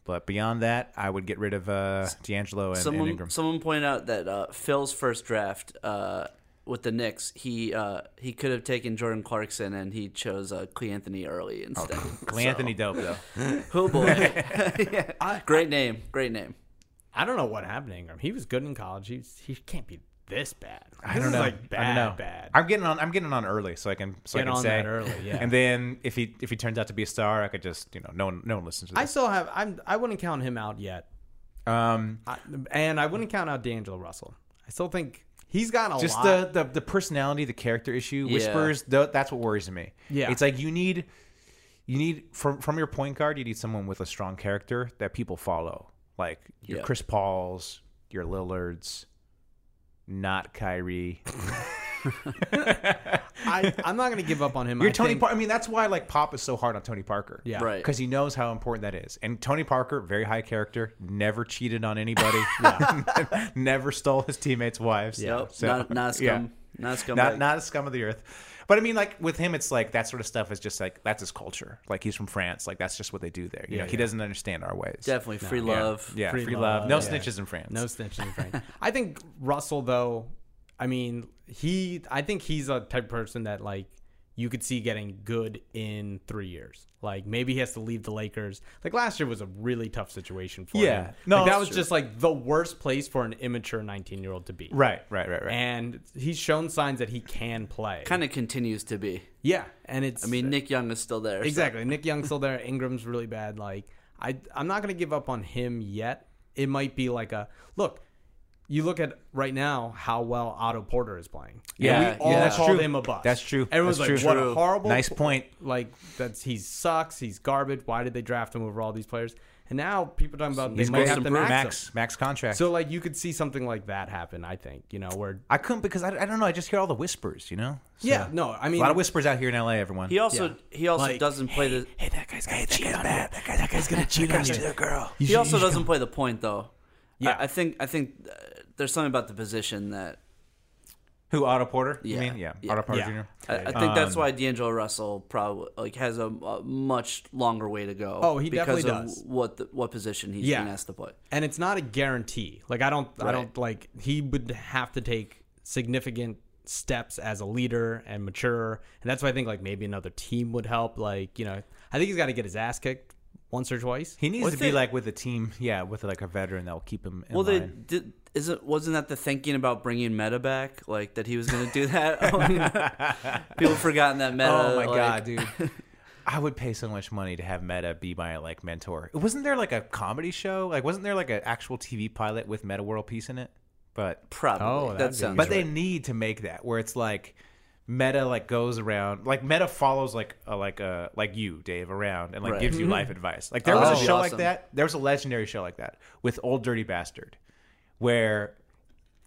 G: But beyond that, I would get rid of uh, D'Angelo and, and
I: someone
G: Ingram.
I: someone pointed out that uh, Phil's first draft uh, with the Knicks, he uh, he could have taken Jordan Clarkson, and he chose uh, Cle Anthony early instead.
G: Clay Anthony Dope, though.
I: Oh boy, Yeah. great name, great name.
H: I don't know what happened to Ingram. He was good in college. He, he can't be this bad.
G: I
H: This
G: don't
H: is,
G: know.
H: Like bad,
G: I don't know.
H: bad.
G: I'm getting on. I'm getting on early, so I can. So
H: Get
G: I can
H: on
G: say
H: that early, yeah.
G: And then if he if he turns out to be a star, I could just you know no one no one listens to
H: I
G: this.
H: still have. I'm. I wouldn't count him out yet,
G: um,
H: I, and I wouldn't count out D'Angelo Russell. I still think he's gotten a
G: just uh,
H: lot.
G: the, the the personality, the character issue,
I: Yeah.
G: whispers. Th- that's what worries me.
H: Yeah.
G: it's like you need you need from from your point guard, you need someone with a strong character that people follow, like your
I: Yeah.
G: Chris Pauls, your Lillards, not Kyrie.
H: I, I'm not going to give up on him.
G: You're
H: I
G: Tony.
H: think-
G: Par- I mean, that's why like Pop is so hard on Tony Parker.
H: Yeah.
I: Right.
G: because he knows how important that is. And Tony Parker, very high character, never cheated on anybody, never stole his teammates' wives.
I: Yep. not, not a scum.
G: yeah.
I: Not a scumbag.
G: Not, not a scum of the earth. But I mean, like with him, it's like that sort of stuff is just like that's his culture. Like he's from France. Like that's just what they do there. You know, he doesn't understand our ways.
I: Definitely free love.
G: Yeah, free,
H: Free
G: love.
H: love,
G: No
H: yeah.
G: snitches in France.
H: No snitching, Frank. I think Russell, though, I mean, he, I think he's a type of person that, like, you could see getting good in three years. Like, maybe he has to leave the Lakers. Like, last year was a really tough situation for
G: Yeah.
H: him.
G: No,
H: Like, that
G: that's
H: was
G: true.
H: just, like, the worst place for an immature 19 year old to be.
G: Right, right, right, right.
H: And he's shown signs that he can play.
I: Kind of continues to be.
H: yeah. And it's,
I: I mean, Nick Young is still there. so-
H: Exactly. Nick Young's still there. Ingram's really bad. Like I, I'm not gonna give up on him yet. It might be like a look. You look at right now how well Otto Porter is playing. And
G: Yeah,
H: we all
G: yeah, that's
H: called
G: true.
H: him a bust.
G: That's true.
H: Everyone's
G: That's
H: like,
G: true.
H: "What
G: True.
H: a horrible
G: Nice point.
H: Like that's he sucks. He's garbage. Why did they draft him over all these players? And now people are talking about they
G: He's
H: might
G: going
H: have
G: to
H: to
G: max
H: max, him.
G: max, contract.
H: So like you could see something like that happen. I think you know where.
G: I couldn't because I, I don't know. I just hear all the whispers. You know. So-
H: Yeah, no, I mean
G: a lot of whispers out here in LA. Everyone.
I: He also he also
H: Like,
I: doesn't play the
G: Hey, that guy's gonna cheat on that. That, guy, that guy's gonna cheat on you, girl.
I: he also doesn't play the point though.
H: Yeah.
I: I, I think I think uh, there's something about the position that
G: Who Otto Porter? You
I: Yeah.
G: mean yeah, Um,
I: Yeah.
G: Otto Porter
H: Yeah.
G: Jr.
I: I, I think that's why D'Angelo Russell probably like has a, a much longer way to go.
H: Oh, he
I: because
H: definitely
I: of
H: does.
I: What the, what position he's
H: Yeah.
I: being asked to play?
H: and it's not a guarantee. Like I don't, I
I: Right.
H: don't like he would have to take significant steps as a leader and mature, and that's why I think like maybe another team would help. Like you know, I think he's got to get his ass kicked once or twice.
G: He needs
I: What's
G: to be
I: it-
G: like with a team, yeah, with like a veteran that will keep him. In
I: Well, they
G: line.
I: did. Isn't wasn't that the thinking about bringing Meta back? Like that he was going to do that. People have forgotten that Meta.
G: Oh my
I: like-
G: god, dude. I would pay so much money to have Meta be my like mentor. Wasn't there like a comedy show? Like wasn't there like an actual TV pilot with Meta World Peace in it? But
I: Probably.
H: Oh, that'd
I: that
H: be-
I: sounds.
G: but they
I: right.
G: need to make that where it's like Meta like goes around, like Meta follows like a, like a like you, Dave, around and like
I: Right.
G: gives you life advice. Like there
I: Oh,
G: was a
I: that'd be
G: show like
I: awesome.
G: that. There was a legendary show like that with Old Dirty Bastard, where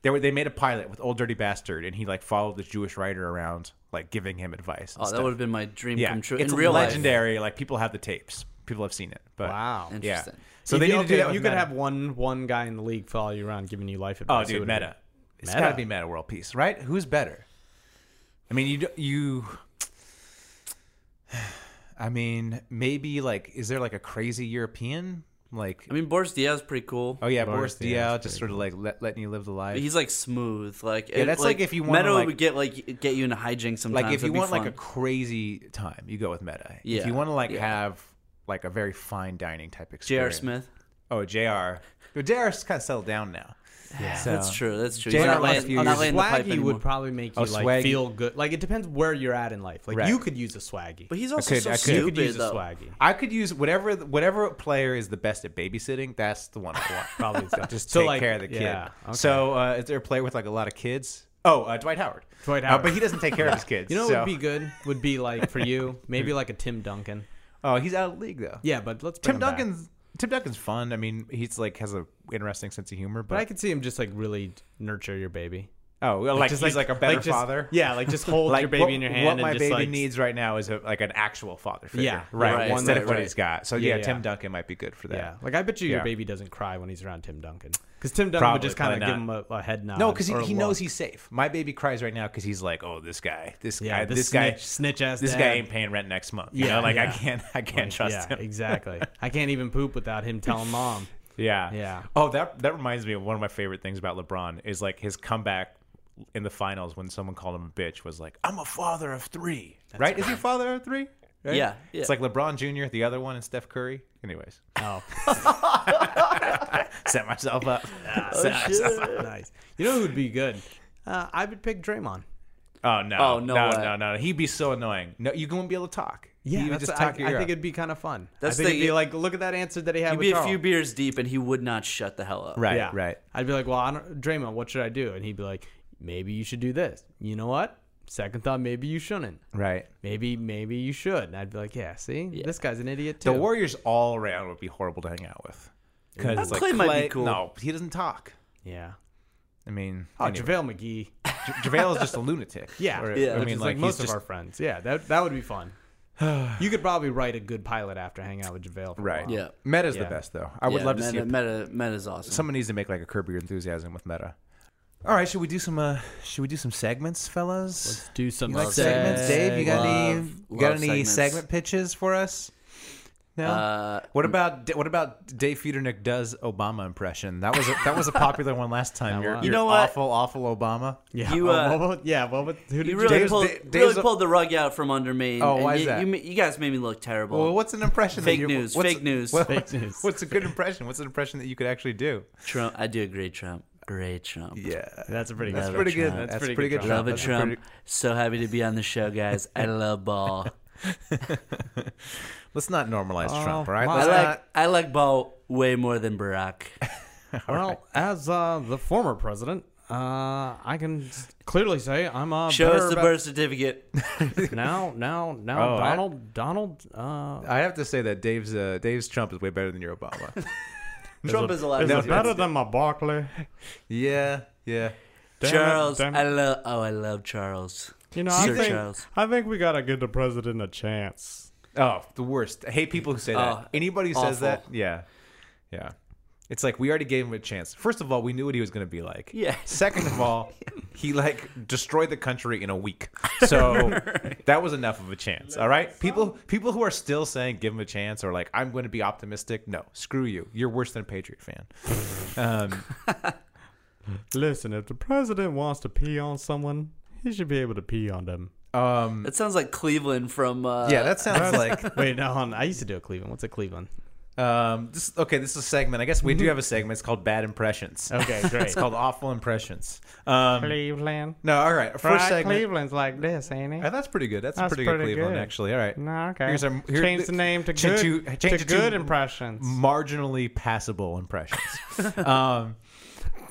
G: they were they made a pilot with Old Dirty Bastard and he like followed the Jewish writer around, like giving him advice. and
I: oh,
G: stuff.
I: that would have been my dream
G: Yeah,
I: come true.
G: it's
I: In real life.
G: legendary. Like people have the tapes. People have seen it. But
H: Wow.
G: yeah.
I: Interesting.
G: So
H: If
G: they
H: you,
G: need to
H: okay,
G: do that.
H: You
G: with
H: could
G: Meta.
H: have one one guy in the league follow you around giving you life
G: Oh,
H: advice. It
G: dude,
H: would
G: Meta. It's
H: Meta.
G: got to be Meta World Peace, right? Who's better? I mean, you do- you. I mean, maybe like, is there like a crazy European like?
I: I mean, Boris Diaz is pretty cool.
G: Oh yeah, Boris
H: Boris Diaz
G: Diaz
H: is
G: just
H: pretty
G: sort of like let, letting you live the life.
I: He's like smooth. Like yeah,
G: that's like if you wanna,
I: Meta
G: like-
I: would get like get you into hijinks sometimes.
G: like if you
I: It'd be
G: want like
I: fun.
G: a crazy time, you go with Meta. If
I: Yeah,
G: you want to like
I: yeah.
G: have like a very fine dining type
I: J.R.
G: experience.
I: Smith.
G: Oh, Jr. But Jr's kind of settled down now. Yeah,
I: That's true. That's true.
G: J.R.
I: He's not
G: Smith
I: laying,
G: used-
I: not laying the pipe
H: Swaggy
I: anymore.
H: would probably make
G: Oh,
H: you like
G: swaggy.
H: feel good. Like it depends where you're at in life. Like
G: Right.
H: you could use a swaggy.
I: but he's also
G: could-
I: so
G: I could-
I: stupid
H: you could use a
I: though.
H: swaggy.
G: I could use whatever whatever player is the best at babysitting. That's the one I want.
H: Probably so.
G: just
H: So,
G: take
H: like,
G: care of the kid.
H: yeah, okay.
G: So uh, is there a player with like a lot of kids? Oh, uh, Dwight Howard.
H: Dwight
G: Uh,
H: Howard.
G: but he doesn't take care of his kids.
H: You know
G: so.
H: what would be good? Would be like for you, maybe like a Tim Duncan.
G: Oh, he's out of the league though.
H: Yeah, but let's bring
G: Tim
H: him back.
G: Duncan's Tim Duncan's fun. I mean, he's like has a interesting sense of humor. But,
H: But I could see him just like really nurture your baby.
G: oh, well, like,
H: just
G: he's like, a better
H: just-
G: father.
H: Yeah, like just hold
G: Like
H: your baby
G: what,
H: in your hand.
G: What
H: and
G: my
H: just,
G: baby
H: like,
G: needs right now is a, like an actual father figure.
H: Yeah,
G: right.
I: right,
G: Instead
I: right,
G: of what
I: right.
G: he's got. So
H: Yeah,
G: yeah,
H: yeah.
G: Tim Duncan might be good for that.
H: Yeah, like I bet you your
G: Yeah.
H: baby doesn't cry when he's around Tim Duncan because Tim Duncan
G: Probably,
H: would just kind of
G: probably
H: give him a, a head nod.
G: No, because he,
H: or a
G: he knows
H: look.
G: he's safe. My baby cries right now because he's like, "Oh, this guy, this
H: Yeah,
G: guy,
H: this
G: this, guy,
H: snitch- snitch ass
G: This
H: dad."
G: guy ain't paying rent next month. You
H: Yeah,
G: know, like I
H: yeah.
G: can't, I can't trust
H: yeah,
G: him.
H: exactly. I can't even poop without him telling mom.
G: Yeah,
H: Yeah.
G: Oh, that that reminds me of one of my favorite things about LeBron is like his comeback in the finals when someone called him a bitch was like, "I'm a father of three. right? Is he a father of three? Right?
I: Yeah, yeah.
G: It's like LeBron Jr., the other one, and Steph Curry. Anyways,
H: Oh,
G: set myself up. Set myself up.
H: Oh,
G: Oh,
H: nice. You know who would be good? Uh, I would pick Draymond.
G: Oh no!
I: Oh, no
G: No
I: way.
G: no no! He'd be so annoying. No, you wouldn't be able to talk.
H: Yeah,
G: you would
H: that's-
G: just
H: I,
G: talk your
H: I
G: ear
H: think
G: off.
H: it'd be kind of fun.
I: That's
H: I think
I: the-
H: it'd be like, look at that answer that he had
I: You'd
H: with
I: be a
H: Carl.
I: few beers deep, and he would not shut the hell up.
G: right
H: Yeah.
G: right.
H: I'd be like, well, I don't, Draymond, what should I do? And he'd be like, maybe you should do this. You know what? Second thought, maybe you shouldn't.
G: Right.
H: Maybe, maybe you should. And I'd be like, yeah, see, this guy's an idiot too.
G: The Warriors all around would be horrible to hang out with. Because
I: Clay might be cool.
G: No, he doesn't talk.
H: yeah.
G: I mean,
H: Oh,
G: anyway.
H: JaVale McGee.
G: Ja- JaVale is just a lunatic.
H: Yeah.
G: Or-
I: Yeah.
G: I
I: Which
G: mean,
H: It's
G: like,
H: like, most
G: he's
H: of
G: just,
H: our friends. Yeah, that that would be fun. you could probably write a good pilot after hanging out with JaVale. For a
G: right.
H: while.
I: Yeah.
G: Meta's
H: Yeah.
G: the best though. I would
I: Yeah,
G: love to
I: meta,
G: see. A,
I: meta. Meta's awesome.
G: someone needs to make like a curb your enthusiasm with Meta. All right, should we do some? uh Should we do some segments, fellas?
H: Let's do some
G: You like segments, Dave? You got any?
I: Love-
G: you got
I: love
G: any
I: segments.
G: segment pitches for us? No.
I: Uh,
G: what about what about Dave Feudernick does Obama impression? That was a, that was a popular one last time. Your,
H: was.
I: You
G: your
I: know what?
G: Awful, awful Obama.
H: Yeah.
I: You,
H: oh,
I: uh,
H: what was- yeah. What was, who did
I: you
H: you
I: really,
G: Dave's-
I: pulled,
G: Da-
I: really
G: Dave's-
I: pulled the rug out from under me.
G: Oh,
I: and
G: why
I: you,
G: is that?
I: You, ma- you guys made me look terrible.
G: Well, what's an impression?
I: Fake
G: that you,
I: news,
G: what's-
I: fake news.
G: what-
H: Fake news.
G: What's a good impression? What's an impression that you could actually do?
I: Trump, I do a great Trump. Great Trump.
G: Yeah,
H: That's a pretty
G: that's
H: good
G: pretty good.
I: Trump.
G: That's, pretty, good.
I: Love
G: Trump.
I: a
G: That's
I: Trump.
G: pretty-
I: So happy to be on the show, guys. I love ball.
G: Let's not normalize Trump, all right?
H: Oh, my-
I: I
G: Let's
I: like I like ball way more than Barack.
H: Well, as uh, the former president, uh, I can s- clearly say I'm a
I: Show
H: better
I: us the
H: about-
I: birth certificate.
H: now, now, now.
G: Oh, I-
H: Donald, Donald. Uh,
G: not- I have to say that Dave's uh, Dave's Trump is way better than your Obama.
I: Trump is a lot
G: No,
I: of
G: better
H: than my Barkley.
G: yeah, yeah.
I: Charles. I love. Oh, I love Charles.
H: You know,
I: Sir Charles.
H: I think we gotta give the president a chance.
G: Oh, the worst. I hate people who say
I: Oh,
G: that. Anybody who says
I: awful.
G: that, yeah, yeah. It's like we already gave him a chance. First of all, we knew what he was going to be like.
I: Yeah.
G: Second of all, he like destroyed the country in a week. So that was enough of a chance. All right, people people who are still saying give him a chance or like I'm going to be optimistic. No, screw you. You're worse than a Patriot fan. Um,
H: Listen, if the president wants to pee on someone, he should be able to pee on them.
I: That sounds like Cleveland from. Uh,
G: Mm. yeah, that sounds like
H: Wait, no, hold on. I used to do a Cleveland. What's a Cleveland?
G: um, this. Okay, this is a segment. I guess we do have a segment. It's called Bad Impressions.
H: Okay, great.
G: It's called Awful Impressions. Um,
H: Cleveland.
G: no, all right. First segment.
H: Cleveland's like this, ain't it?
G: Oh, that's pretty good. That's,
H: That's
G: a pretty,
H: pretty
G: good Cleveland,
H: good.
G: actually. All right.
H: No, okay.
G: Here's our- here-
H: change the name to
G: change
H: good,
G: to-
H: to,
G: change it to-
H: good impressions.
G: Marginally passable impressions. um,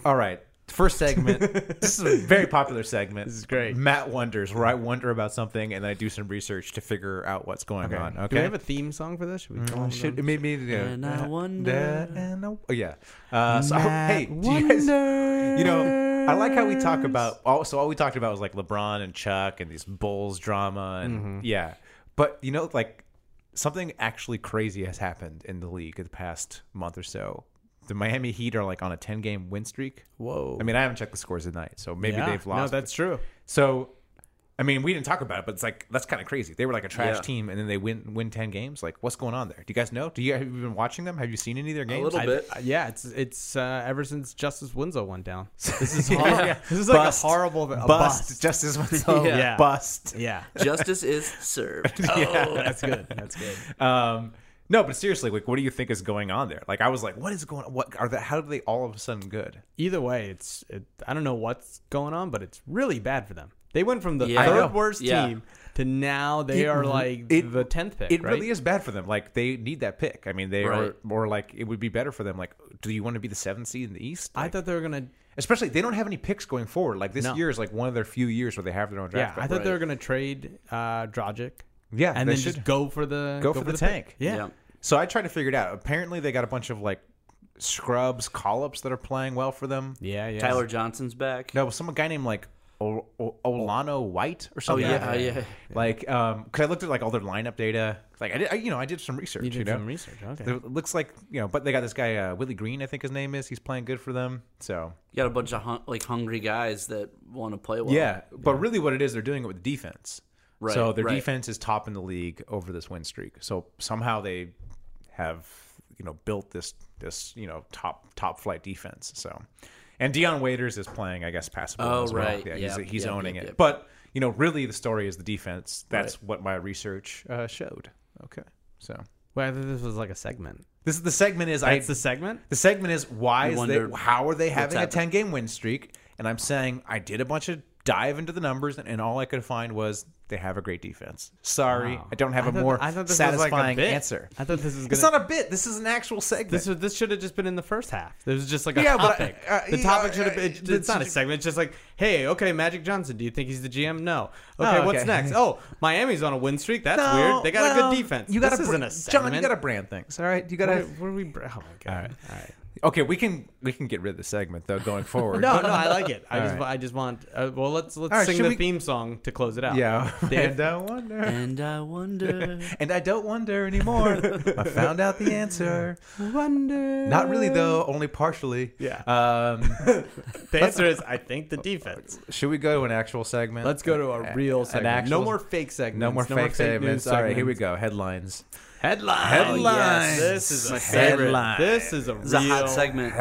G: all right. First segment. this is a very popular segment. This
H: is great.
G: Matt wonders where I wonder about something and then I do some research to figure out what's going on. Okay.
H: Do we have a theme song for this? Mm, Should we call Oh, it
G: Should, it made me you know,
I: And I
G: uh,
I: wonder.
G: that and I- oh, yeah. Uh, so hey, do you guys? You know, I like how we talk about. All, so all we talked about was like LeBron and Chuck and these Bulls drama and
H: Mm-hmm.
G: yeah. But you know, like something actually crazy has happened in the league in the past month or so. The Miami Heat are like on a ten game win streak.
H: Whoa.
G: I mean, I haven't checked the scores tonight, so maybe
H: Yeah.
G: they've lost.
H: No, that's true.
G: So, I mean, we didn't talk about it, but it's like that's kind of crazy. They were like a trash
I: Yeah.
G: team, and then they win win ten games. Like, what's going on there? Do you guys know? Do you have you been watching them? Have you seen any of their games?
I: little
G: I-
I: bit.
H: Uh, yeah, it's it's uh, ever since Justice Winslow went down. This is horrible.
G: Yeah.
H: This is like
G: Bust.
H: a horrible a bust. Oh,
G: bust, just as what's up.
H: Yeah.
G: bust.
H: Yeah,
I: Justice is served. Oh,
H: that's good. That's good.
G: Um, no, but seriously, like, what do you think is going on there? Like, I was like, what is going? on? What are the? How do they all of a sudden good?
H: Either way, it's it, I don't know what's going on, but it's really bad for them. They went from the
I: Yeah. I know.
H: third worst
I: Yeah.
H: team to now they
G: It-
H: are like
G: it-
H: the tenth pick.
G: It
H: right?
G: really is bad for them. Like, they need that pick. I mean, they
I: Right.
G: are more like it would be better for them. Like, do you want to be the seventh seed in the East?
H: I
G: Like,
H: thought they were gonna.
G: especially they don't have any picks going forward. Like this
H: No.
G: year is like one of their few years where they have their own
H: Yeah,
G: draft.
H: I
G: pick.
H: thought they were gonna trade uh, Drogic.
G: Yeah,
H: and
G: they
H: then
G: should.
H: just go for the
G: Go for the
H: pick.
G: tank.
H: Yeah.
I: Yeah.
G: So I tried to figure it out. Apparently, they got a bunch of like scrubs, call ups that are playing well for them.
H: yeah, yeah.
I: Tyler Johnson's back.
G: No, some guy named like o- o- Olano White or something.
I: yeah,
G: like that.
I: oh, yeah.
G: Like, um, because I looked at like all their lineup data. Like, I did, I, you know, I did some research. You,
H: You did
G: know?
H: some research. Okay.
G: It looks like you know, but they got this guy uh, Willie Green, I think his name is. He's playing good for them. So
I: You got a bunch of hun- like hungry guys that want to play well.
G: Yeah, but really, what it is, they're doing it with defense.
I: Right,
G: So their
I: right.
G: defense is top in the league over this win streak. So somehow they have you know built this this you know top top flight defense. So and Dion Waiters is playing, I guess, passable.
I: Oh,
G: as well.
I: right.
G: Yeah,
I: Yep,
G: he's, he's
I: yep,
G: owning
I: yep,
G: it.
I: yep.
G: But you know, really, the story is the defense. That's what my research uh, showed. Okay, so
H: Well, I thought this was like a segment.
G: this is the segment is I
H: It's the segment.
G: the segment is why is they
I: wonder
G: how are they having a
I: happening.
G: ten game win streak And I'm saying I did a bunch of dive into the numbers, and, and all I could find was they have a great defense. Sorry, I don't have a
H: I thought-
G: more
H: I thought this was like a
G: satisfying
H: bit.
G: answer.
H: I thought this was
G: It's
H: gonna-
G: not a bit. This is an actual segment.
H: This was- this should have just been in the first half. There was just like a
G: Yeah, but,
H: topic.
G: uh, uh,
H: the topic
G: yeah,
H: should have been.
G: uh,
H: It's, it's not a segment. It's just like, hey, okay, Magic Johnson. Do you think he's the GM? No. Okay,
G: okay.
H: what's next? Oh, Miami's on a win streak. That's
G: No,
H: weird. They got
G: well,
H: a good defense.
G: You
H: got
G: gotta
H: this isn't
G: br-
H: a segment.
G: John, you got to brand things. All right, you got
H: What are,
G: to.
H: what are we? br- Oh my god. All right. All right.
G: Okay, we can we can get rid of the segment though going forward.
H: No, no, I like it. I
G: All
H: just,
G: right.
H: I just want. Uh, well, let's let's
G: All right,
H: sing
G: should
H: the
G: we-
H: theme song to close it out.
G: Yeah, and
H: Dave?
G: uh, I wonder,
I: And I wonder.
G: and I don't wonder anymore. I found out the answer.
H: Wonder.
G: Not really though, only partially.
H: Mm. Yeah.
G: Um,
H: The answer is, I think
G: Oh,
H: the defense.
G: should we go to an actual segment?
H: Let's go to a real segment. no more fake segments.
G: No more fake
H: news
G: segments. All right, here we
H: segments.
G: go. Headlines.
H: Headlines.
G: Headlines.
H: This is a
G: Headlines.
H: favorite. This is a real
I: It's a hot segment.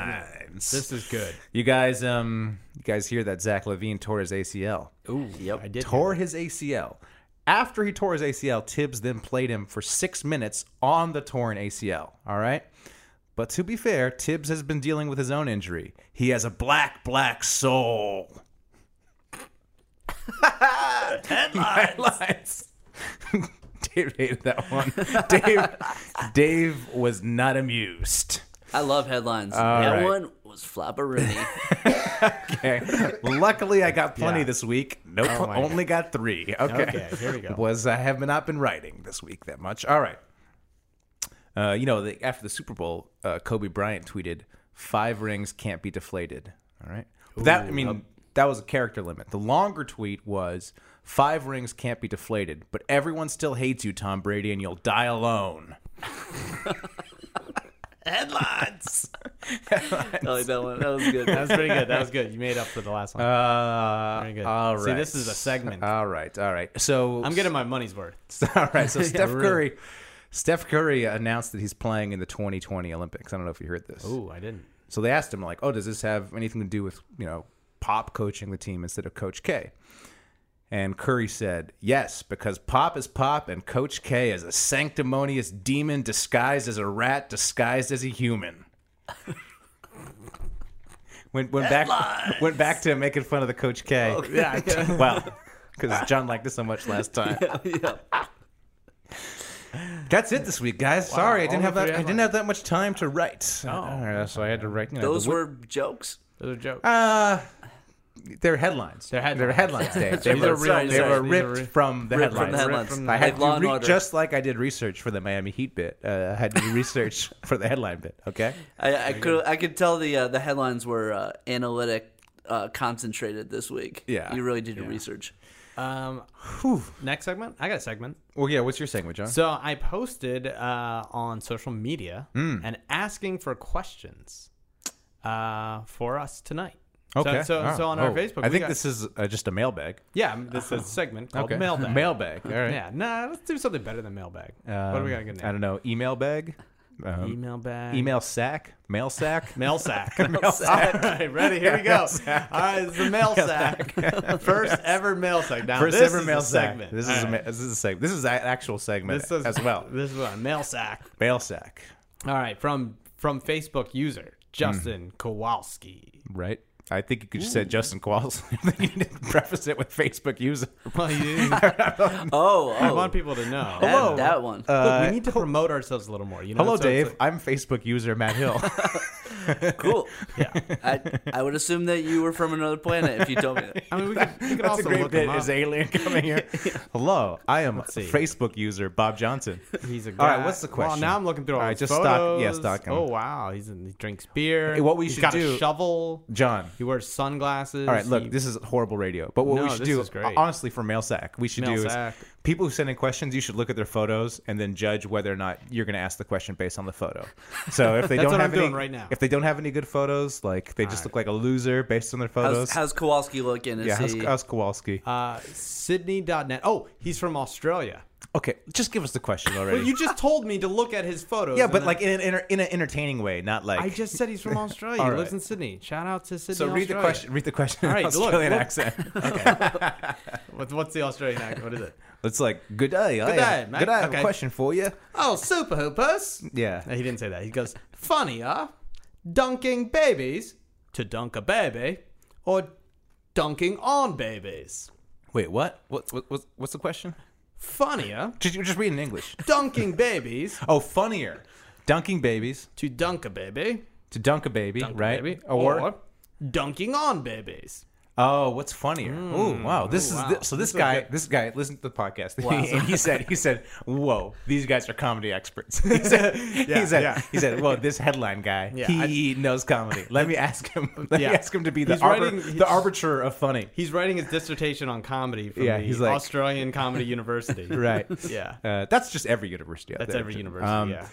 G: Headlines.
H: This is good.
G: You guys, um, you guys hear that Zach Levine tore his ACL?
I: Ooh, yep.
H: I did.
G: Tore his ACL. After he tore his ACL, Tibbs then played him for six minutes on the torn ACL. All right. But to be fair, Tibbs has been dealing with his own injury. He has a black, black soul. Headlines. Dave hated that one. Dave, Dave was not amused.
I: I love headlines. that
G: right.
I: one was flabberoonie.
G: Okay. Luckily, I got plenty
H: Yeah.
G: this week. Nope,
H: my
G: only got three. Okay.
H: Okay, here we go.
G: Was I have not been writing this week that much. All right. Uh, you know, the, after the Super Bowl, uh, Kobe Bryant tweeted, five rings can't be deflated. All right. that, I mean, that was a character limit. The longer tweet was, five rings can't be deflated, but everyone still hates you, Tom Brady, and you'll die alone. Headlines.
I: I like that one. That was good.
H: That was pretty good. That was good. You made up for the last one.
G: Uh,
H: Very good.
G: All right. Uh,
H: See, this is a segment.
G: All right. All right. So
H: I'm getting my money's worth.
G: All right. So Steph
H: really.
G: Curry, Steph Curry announced that he's playing in the 2020 Olympics. I don't know if you heard this.
H: Ooh, I didn't.
G: So they asked him like, "Oh, does this have anything to do with you know Pop coaching the team instead of Coach K?" And Curry said, "Yes, because Pop is Pop, and Coach K is a sanctimonious demon disguised as a rat, disguised as a human." went went back went back to making fun of the Coach K. yeah, wow. Because John liked this so much last time. That's it this week, guys. Sorry, I didn't
H: only
G: have that.
H: three
G: I didn't have that much time to write. Oh, so I had to write. You know,
I: Those
G: the wi-
I: were jokes.
H: Those are jokes.
G: uh, they're headlines.
H: They're headlines.
G: They're headlines. Dave. They,
H: These are
G: were,
H: real
G: they
H: news.
G: were
H: These are
G: ripped
H: re-
G: from the
I: ripped
G: headlines.
I: from the headlines.
G: Ripped from
I: Like
G: I had
I: Law
G: to
I: and
G: re-
I: Order.
G: just like I did research for the Miami Heat bit. Uh, I had to do research for the headline bit. Okay.
I: I, I could I could tell the uh, the headlines were uh, analytic uh, concentrated this week.
G: Yeah.
I: you really did your research.
H: Um, next segment. I got a segment.
G: Well, yeah. What's your segment, John?
H: So I posted uh, on social media
G: Hmm.
H: and asking for questions uh, for us tonight. So-
G: okay.
H: So,
G: Oh,
H: so on our
G: oh.
H: Facebook,
G: I
H: we
G: think
H: got-
G: this is uh, just a mailbag.
H: Yeah, um, this is a segment called
G: Okay.
H: mailbag.
G: Mailbag. All right.
H: Yeah, nah, let's do something better than mailbag. what do we got to
G: Um,
H: get
G: I don't know. Email bag. Um,
H: Email bag.
G: email sack. Mail sack.
H: Mail sack. mail sack. All right, ready? Here we go. All right, it's the mail sack. First ever mail sack. Now,
G: First
H: this
G: ever
H: is
G: mail
H: a
G: sack.
H: segment.
G: This
H: All
G: is a,
H: right.
G: ma- this is a segment. This is an actual segment
H: This is
G: as well.
H: This is a mail sack.
G: Mail sack.
H: All right, from from Facebook user Justin
G: Hmm.
H: Kowalski.
G: Right. I think you could just say Justin Qualls. you didn't preface it with Facebook user.
H: Well, you,
I: Oh,
H: I
I: oh,
H: want people to know.
I: that,
G: Hello.
I: that one.
H: Look, we need to promote ourselves a little more. You know,
G: Uh, Hello,
H: so it's
G: Dave. I'm Facebook user Matt Hill.
I: cool.
H: like- yeah.
I: I I would assume that you were from another planet if you told me. That.
H: I mean, we could, we could
G: That's a
H: also
G: great
H: look him
G: bit.
H: up.
G: Is alien coming here? Hello, I am
H: see.
G: Facebook user Bob Johnson.
H: He's a
G: All
H: guy.
G: right, what's the
H: Well,
G: question?
H: now I'm looking through all,
G: All
H: right,
G: right, just stock-
H: photos.
G: yeah, stock him.
H: Oh wow, he's in, he drinks beer.
G: Hey, what we
H: He's
G: should
H: got
G: do-
H: a shovel.
G: John.
H: He wears sunglasses.
G: All right, look,
H: He-
G: this is horrible radio. But what
H: No,
G: we should
H: this
G: do,
H: is great.
G: honestly, for mail sack, we should
H: Mail
G: do
H: sack.
G: is people who send in questions, you should look at their photos and then judge whether or not you're going to ask the question based on the photo. So if they
H: That's
G: don't
H: what
G: have
H: I'm
G: any,
H: doing right now.
G: if they don't have any good photos, like they just look like a loser based on their photos.
I: How's, how's Kowalski looking? Is
G: yeah, how's,
I: he?
G: how's Kowalski?
H: uh, Sydney.net. Oh, he's from Australia.
G: okay, just give us the question already.
H: Well, you just told me to look at his photos.
G: yeah,
H: and
G: but
H: then-
G: like in an enter- in an entertaining way, not like
H: I just said, he's from Australia.
G: All
H: He lives
G: right.
H: in Sydney. Shout out to Sydney.
G: So read the
H: Australia.
G: question. Read the question.
H: All
G: in
H: right, look,
G: Australian
H: look.
G: accent.
H: What, what's the Australian accent? What is it?
G: It's like good day. Good
H: day, mate.
G: Good day. I have a
H: Okay.
G: question for you.
H: Oh, super hoopers.
G: Yeah.
H: No, he didn't say that. He goes, funnier dunking babies to dunk a baby or dunking on babies?
G: Wait, what? What, what, what what's the question?
H: Funnier,
G: Just, just read in English.
H: dunking babies
G: Oh, funnier. Dunking babies,
H: to dunk a baby,
G: to dunk a baby,
H: dunk a
G: right?
H: baby,
G: Or,
H: dunking on babies.
G: oh, what's funnier? oh, wow. This is
H: Mm. wow.
G: thi- so. This guy, this guy, listened to the podcast, and he said, he said, whoa, these guys are comedy experts. he said, he said,
H: yeah.
G: he said, whoa, this headline guy,
H: Yeah,
G: he knows comedy. Let me ask him. Let
H: Yeah.
G: me ask him to be the
H: He's
G: arbiter,
H: writing- he's-
G: the arbiter of funny.
H: He's writing his dissertation on comedy from
G: Yeah,
H: the
G: he's like-
H: Australian Comedy University.
G: Right.
H: Yeah.
G: Uh, that's just every university. Out
H: That's
G: there.
H: every university.
G: Um,
H: yeah.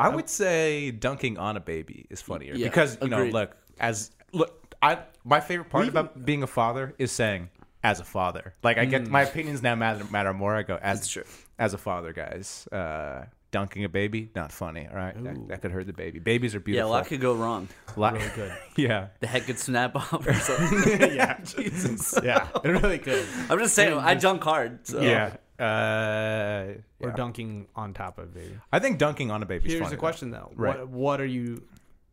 G: I would say dunking on a baby is funnier
I: Oh. Yeah,
G: because you
I: agreed.
G: know, look, as look, I my favorite part about being a father is saying as a father. Like I get my opinions now matter matter more. I go as
I: Mm. true.
G: as a father, guys. Uh, dunking a baby not funny. All right, that, that could hurt the baby. Babies are
I: Yeah, a
G: beautiful.
I: lot could go wrong.
G: Lot- yeah.
I: The head could snap off or something.
H: yeah. Jesus. Yeah. It really could.
I: I'm just saying, I dunk hard. So.
G: Yeah. Uh,
H: Or dunking on top of a baby.
G: I think dunking on a baby.
H: Here's
G: funny,
H: the question though.
G: Right.
H: What what are you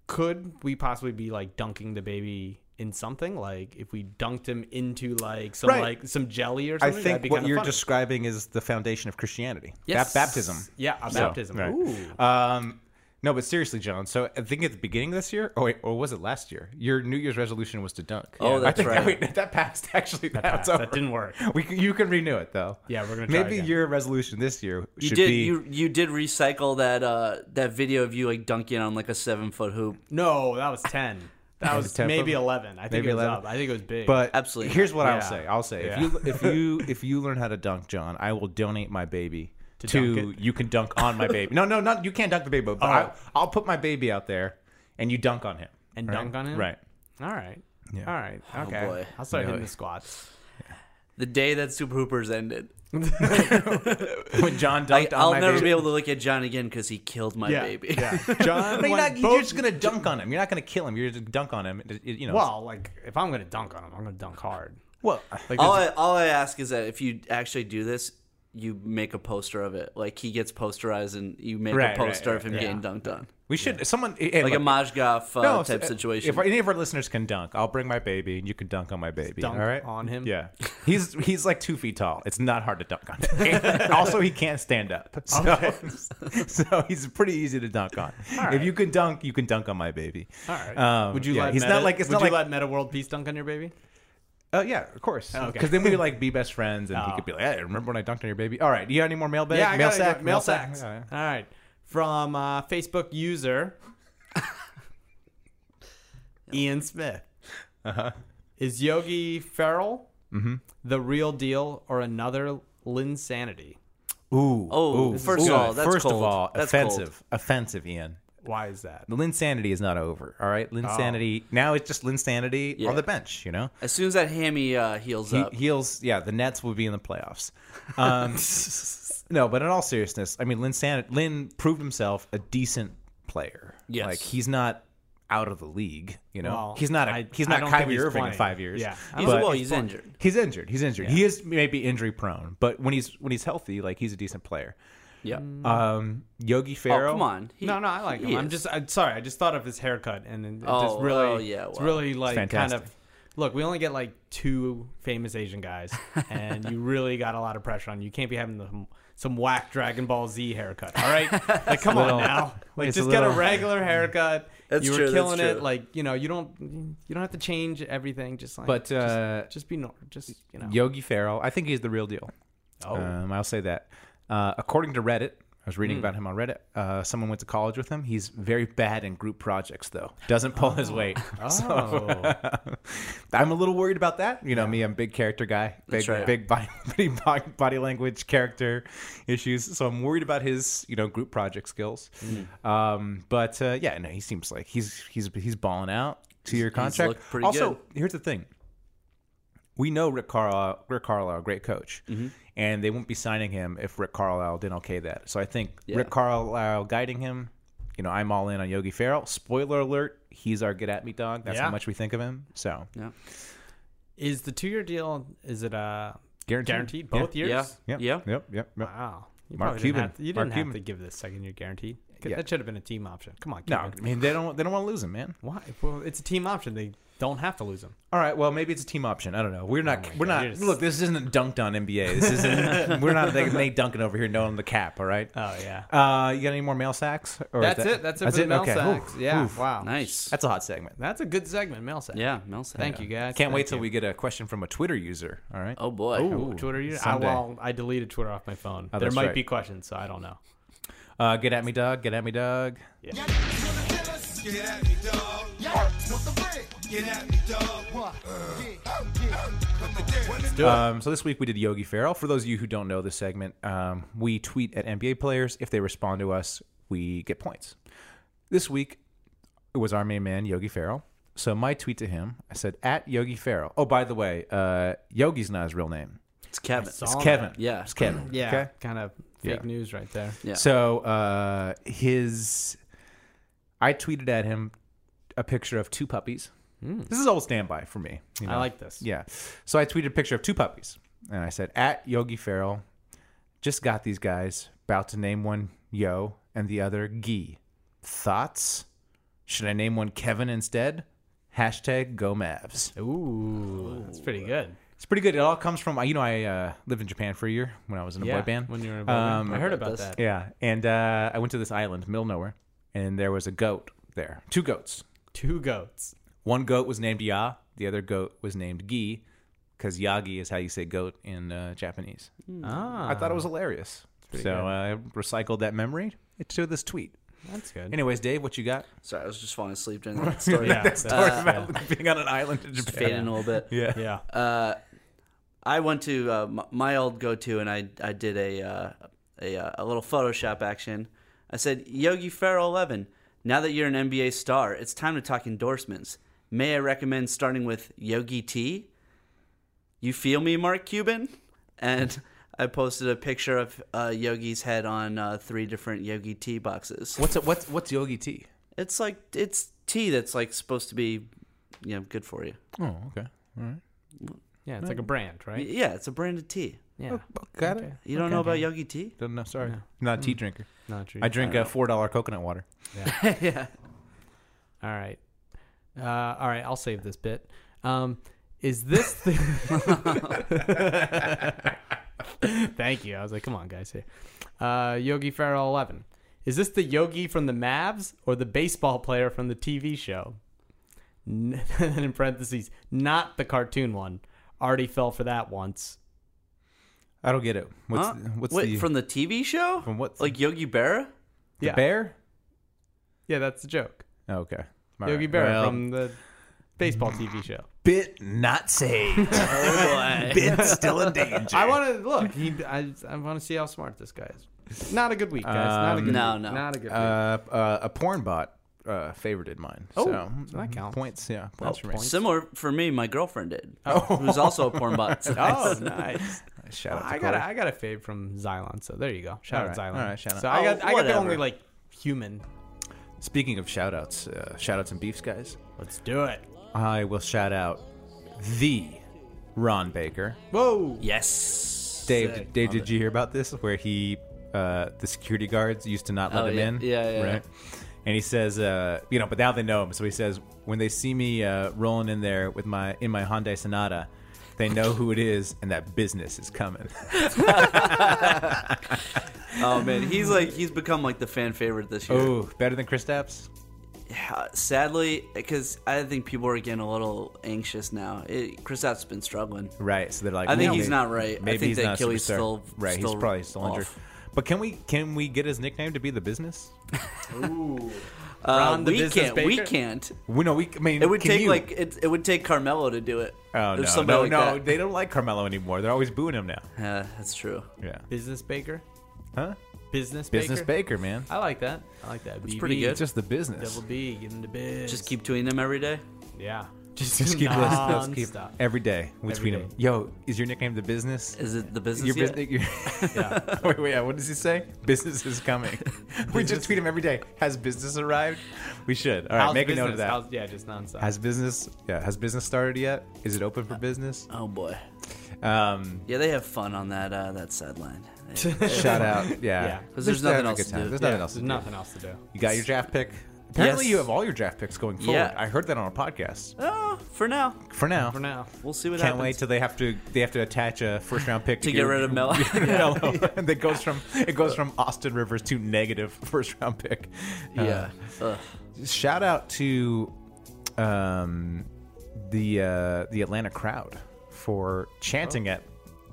H: could we possibly be like dunking the baby in something? Like if we dunked him into like some
G: Right.
H: like some jelly or
G: I
H: something? that'd be
G: think what
H: kinda
G: you're
H: funny.
G: describing is the foundation of Christianity.
I: Yes.
G: Bap- baptism.
H: Yeah, a
G: So,
H: baptism.
G: right.
H: Ooh.
G: Um, no, but seriously, John. So I think at the beginning of this year, or wait, or was it last year? Your New Year's resolution was to dunk.
I: Oh, that's
G: I think,
I: right.
G: wait, that passed. Actually, that,
H: That,
G: was over.
H: that didn't work.
G: We can, you can renew it though.
H: Yeah, we're gonna try
G: Maybe
H: again.
G: your resolution this year
I: You
G: should
I: did
G: be.
I: you you did recycle that uh that video of you like dunking on like a seven foot hoop.
H: No, that was ten. That was
G: 10
H: maybe
G: foot?
H: eleven. I think
G: Maybe
H: it was
G: 11?
H: up. I think it was big.
G: but
I: Absolutely
G: here's what I'll
H: Yeah.
G: say. I'll say if
H: Yeah.
G: you if you if you learn how to dunk, John, I will donate my baby to,
H: dunk Oh.
G: you can dunk on my baby. No, no, not you can't dunk the baby, but I, I'll put my baby out there and you dunk on him
H: And
G: Right?
H: dunk on him?
G: Right.
H: all right. All right. Okay.
I: boy.
H: I'll start hitting the squats.
I: The day that Super Hoopers ended,
G: When John
I: I,
G: dunked on
I: I'll
G: my
I: never
G: baby,
I: be able to look at John again because he killed my
H: Yeah,
I: baby.
G: John, you're,
H: won
G: not, you're
H: both-
G: just gonna dunk on him. You're not gonna kill him. You're just gonna dunk on him. It- it- you know.
H: Well, uh, like if I'm gonna dunk on him, I'm gonna dunk hard.
G: well,
H: Like
I: all
H: this-
I: I, all I ask is that if you actually do this, you make a poster of it. Like he gets posterized, and you make
G: Right, right,
I: a poster of
G: right,
I: him
G: right.
I: getting dunked on,
G: we should someone hey,
I: like
G: look,
I: a Majgoff uh,
G: no,
I: type
G: if- eh,
I: situation.
G: If any of our listeners can dunk, I'll bring my baby and you can dunk on my baby.
H: dunk
G: all right,
H: on him?
G: Yeah, he's he's like two feet tall. It's not hard to dunk on. him. also, he can't stand up, so so he's pretty easy to dunk on. If you can dunk, you can dunk on my baby.
H: all right.
G: Um,
H: would you
G: yeah,
H: let
G: he's
H: Meta,
G: not like it's
H: would
G: not
H: you
G: like
H: let Meta World Peace dunk on your baby?
G: Oh yeah, of course.
H: Oh,
G: Because
H: okay.
G: then we would like be best friends, and he
H: Oh.
G: could be like, "Hey, remember when I dunked on your baby? All right, do you have any more mailbag?
H: Yeah, I
G: mail
H: got
G: sack,
H: mail sacks.
G: Yeah, yeah.
H: All right, from uh, Facebook user Ian Smith.
G: Uh-huh.
H: Is Yogi Ferrell
G: Mm-hmm.
H: the real deal or another Linsanity?
G: Ooh.
I: Oh,
G: ooh,
I: first
G: ooh.
I: of all, that's
G: first
I: cold.
G: of all,
I: That's
G: offensive, offensive, Ian.
H: Why is that?
G: The Linsanity is not over. All right, Linsanity. Now it's just Linsanity
I: Oh. Yeah.
G: on the bench. You know,
I: as soon as that hammy uh, heals
G: he,
I: up,
G: heels. Yeah, the Nets will be in the playoffs. Um, no, but in all seriousness, I mean, Linsanity. Lin proved himself a decent player.
I: Yes.
G: like he's not out of the league. You know,
H: Well,
G: he's not. A,
H: I-
G: he's
H: I
G: not
H: don't think
G: Kyrie
H: he's
G: Irving
H: playing.
G: in five years.
H: Yeah.
I: he's
G: but-
I: well, he's injured.
G: He's injured. He's injured. He is maybe injury prone, but when he's when he's healthy, like he's a decent player.
I: Yeah.
G: Um, Yogi Farrell.
I: Oh, come on. He-
H: No, no, I like him.
I: he
H: I'm
I: is.
H: just I'm sorry. I just thought of his haircut, and it
I: Oh,
H: just really,
I: oh, yeah,
H: it's
I: wow.
H: really like kind
G: fantastic.
H: of. Look, we only get like two famous Asian guys, and you really got a lot of pressure on you. You can't be having the, some whack Dragon Ball Z haircut. All right, like come
G: little-
H: on now, like
G: it's a
H: just get a
G: little-
H: regular haircut.
I: That's
H: you were
I: true, that's
H: killing it.
I: true.
H: Like you know, you don't you don't have to change everything. Just like,
G: But, uh,
H: just, just be normal. Just you know,
G: Yogi Farrell. I think he's the real deal.
H: Oh.
G: Um, I'll say that. Uh, according to Reddit, I was reading about him on Reddit. Uh, someone went to college with him. He's very bad in group projects, though. Doesn't pull his weight. So, I'm a little worried about that. You know me, I'm a big character guy. Big,
I: right.
G: big body, big body, body language, character issues. So I'm worried about his, you know, group project skills. Um, but uh, yeah, no, he seems like he's he's he's balling out. Two year contract.
I: looked pretty
G: also,
I: good.
G: here's the thing we know Rick Carlisle, Rick Carlisle, great coach, and they won't be signing him if Rick Carlisle didn't okay that. So I think Rick Carlisle guiding him. You know, I'm all in on Yogi Farrell. Spoiler alert: he's our get at me dog. That's
H: Yeah.
G: how much we think of him. So
H: is the two year deal? Is it uh
G: Guaranteed.
H: guaranteed both
G: Yeah.
H: years?
I: Yeah.
G: Yep. Yep. Yep. yep.
H: Wow. You
G: Mark
H: probably
G: Cuban.
H: Didn't have to, you
G: Mark
H: didn't
G: Cuban.
H: have to give this second year guarantee.
G: Yeah.
H: That should have been a team option. Come on,
G: No,
H: Kevin.
G: I mean they don't they don't want to lose him, man.
H: Why? Well, it's a team option. They don't have to lose him.
G: All right, well maybe it's a team option. I don't know. We're not
H: Oh my
G: we're
H: God,
G: not
H: you're just-
G: look. This isn't dunked on NBA. This isn't. we're not like Nate Duncan over here knowing the cap. All right.
H: Oh yeah.
G: Uh, you got any more mail sacks? Or is
H: That's
G: that-
H: it. That's it for the mail
G: Okay.
H: sacks.
G: Oof.
H: yeah.
G: Oof.
H: Wow.
I: Nice.
G: That's a hot segment.
H: That's a good segment, mail sack.
I: yeah, Mel said.
H: Thank you guys.
G: Can't wait
H: Thank
G: till
H: you.
G: we get a question from a Twitter user. All right.
I: Oh boy.
H: Ooh, Twitter. You, I,
G: Sunday.
H: well, I deleted Twitter off my phone.
G: Oh,
H: there
G: that's
H: might
G: right.
H: be questions, so I don't know.
G: Uh, get at me, Doug. Get at me, Doug. Um, so this week we did Yogi Farrell. For those of you who don't know this segment, um, we tweet at NBA players. If they respond to us, we get points. This week it was our main man Yogi Farrell. So my tweet to him, I said at Yogi Farrell. Oh, by the way, uh, Yogi's not his real name.
I: It's Kevin.
G: It's Kevin.
I: Yeah.
G: it's Kevin.
H: Yeah.
G: Okay?
H: Kind of
G: Yeah.
H: fake news right there.
I: Yeah.
G: So uh, his, I tweeted at him a picture of two puppies. This is old standby for me. you
H: Hmm. I
G: know?
H: like this.
G: Yeah. So I tweeted a picture of two puppies, and I said at Yogi Farrell, just got these guys. About to name one Yo and the other Gee. Thoughts? Should I name one Kevin instead? Hashtag Go Mavs.
H: Ooh, that's pretty good.
G: It's pretty good. It all comes from you know I uh, lived in Japan for a year when I was in a
H: yeah.
G: boy band.
H: When you were in a boy band.
G: Um,
H: I heard
I: about
H: about
I: this.
H: that.
G: Yeah, and uh, I went to this island, middle of nowhere, and there was a goat there. Two goats.
H: Two goats.
G: One goat was named Ya, the other goat was named Gi, because Yagi is how you say goat in uh, Japanese.
H: Ah,
G: I thought it was hilarious, so uh, I recycled that memory to this tweet.
H: that's good.
G: Anyways, Dave, what you got?
I: Sorry, I was just falling asleep during that story.
H: yeah,
G: That
H: that's-
G: story about being on an island in Japan.
I: Fading a little bit.
G: Yeah.
H: yeah. Uh,
I: I went to uh, my, my old go-to, and I I did a uh, a, uh, a little Photoshop action. I said, Yogi Ferrell 11. Now that you're an NBA star, it's time to talk endorsements. May I recommend starting with Yogi T? You feel me, Mark Cuban? And I posted a picture of uh, Yogi's head on uh, three different Yogi Tea boxes.
G: What's a, what's what's Yogi tea?
I: It's like it's tea that's like supposed to be, you know, good for you.
G: Oh, okay. All right.
H: yeah, it's like a brand,
I: Y-
H: right?
I: Yeah, it's a brand of tea.
H: Yeah.
G: Got it. Mm.
I: You don't know about Yogi Tea?
G: Don't know. Sorry, not a tea drinker.
H: Not true.
G: I drink uh, four dollar coconut water.
I: yeah.
H: All right. Uh, all right, I'll save this bit. Um, is this the Thank you. I was like, come on, guys. Here. Uh, Yogi Ferrell 11. Is this the Yogi from the Mavs or the baseball player from the TV show? N- and in parentheses, not the cartoon one. Already fell for that once.
G: I don't get it. What's
I: Huh?
G: what's
I: Wait,
G: the
I: from the TV show?
G: From what-
I: Like Yogi Berra?
G: the
H: yeah.
G: bear?
H: Yeah, that's the joke.
G: Oh, okay. All
H: Yogi
G: right.
H: Berra
G: Well,
H: from the baseball TV show.
G: bit not saved. bit still in danger.
H: I want to look. He, I, I want to see how smart this guy is. Not a good week, guys. Not a good
I: No,
H: week.
I: no.
H: Not a good
G: uh, uh, a porn bot uh, favorited mine.
H: Oh,
G: so,
H: so that counts.
G: Points, yeah, Oh, points Oh. for me.
H: points.
I: Similar for me, my girlfriend did. Who's also a porn bot.
H: week. Oh, nice.
G: Shout out to
H: I got a,
G: Corey.
H: I got a fave from Xylon, so there you go. Shout out
G: All right,
H: Xylon.
G: all right, shout out.
H: So I
I: Oh,
H: got I got the
I: whatever.
H: only like human.
G: Speaking of shout outs, uh, shout outs and beefs, guys.
H: Let's do it.
G: I will shout out the Ron Baker.
H: Whoa.
I: Yes.
G: Dave, did, Dave, did you hear about this? Where he, uh, the security guards used to not let
I: Oh,
G: him
I: yeah.
G: in.
I: Yeah, yeah,
G: Right. And he says, uh, you know, but now they know him. So he says, when they see me uh, rolling in there with my in my Hyundai Sonata, they know who it is, and that business is coming.
I: Oh man, he's like he's become like the fan favorite this year.
G: oh, better than Chris Stapps.
I: Uh, Sadly, because I think people are getting a little anxious now. It, Chris has been struggling.
G: Right. So they're like,
I: I think
G: well,
I: he's not right. I
G: Maybe
I: think
G: he's
I: that
G: not a
I: Achilles
G: superstar.
I: still-
G: right.
I: still
G: he's probably still injured.
I: off.
G: But can we can we get his nickname to be the business?
I: Uh,
H: Ron the
I: we
H: Business
I: can't. We
H: Baker?
I: can't.
G: We no, we. I mean,
I: It would
G: can
I: take
G: you-
I: like it, it. would take Carmelo to do it.
G: Oh
I: Or
G: no,
I: somebody
G: no,
I: like
G: no!
I: that.
G: They don't like Carmelo anymore. They're always booing him now.
I: Yeah, that's true.
G: Yeah.
H: Business Baker.
G: Huh?
H: Business Baker.
G: Business Baker, man.
H: I like that. I like that. It's
I: pretty good.
G: It's just the business.
H: Double B. Give him the biz.
I: Just keep tweeting them every day.
H: yeah. Just,
G: Just keep listening. Let's keep
H: nonstop.
G: every day. We
H: Every
G: tweet
H: day.
G: him. Yo, is your nickname the business?
I: Is it the business?
G: Your
I: yet?
G: business. Yeah. wait, wait. What does he say? Business is coming. we just tweet him every day. Has business arrived? We should. All right.
H: How's
G: make a note of
H: business?
G: that.
H: How's- yeah, just nonstop.
G: has business? Yeah. Has business started yet? Is it open for business?
I: Oh boy.
G: Um.
I: Yeah, they have fun on that uh, that sideline.
G: Shout out. Yeah.
H: Yeah.
I: 'Cause there's
G: Just having
I: nothing
G: a
I: else
G: good
I: to
G: time.
I: do.
G: There's
H: Yeah,
G: nothing else to
H: there's
G: do.
H: nothing else to do.
G: You got your draft pick. Apparently,
I: Yes.
G: you have all your draft picks going forward.
I: Yeah.
G: I heard that on a podcast.
I: Oh, for now,
G: For now.
H: For now.
I: we'll see what
G: Can't
I: happens.
G: wait till they have to they have to attach a first round pick
I: To get rid of Melo.
G: Melo. and it goes from it goes from Austin Rivers to negative first round pick. Uh,
I: Yeah. Ugh.
G: shout out to um, the uh, the Atlanta crowd for chanting at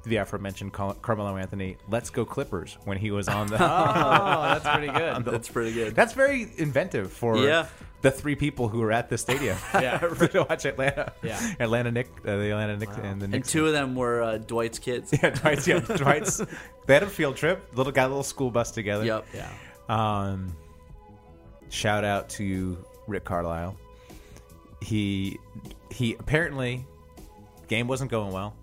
G: the aforementioned Car- Carmelo Anthony "Let's go Clippers" when he was on the.
H: Oh, that's pretty good.
I: That's pretty good.
G: That's very inventive for
I: Yeah.
G: the three people who were at the stadium
H: Yeah.
G: to watch Atlanta.
H: Yeah.
G: Atlanta Nick, uh, the Atlanta Nick, and the
I: and
G: Knicks.
I: two of them were uh, Dwight's kids.
G: yeah, Dwight's. Yeah, Dwight's. They had a field trip. Little got a little school bus together.
I: Yep.
H: yeah.
G: Um, shout out to Rick Carlisle. He he apparently game wasn't going well.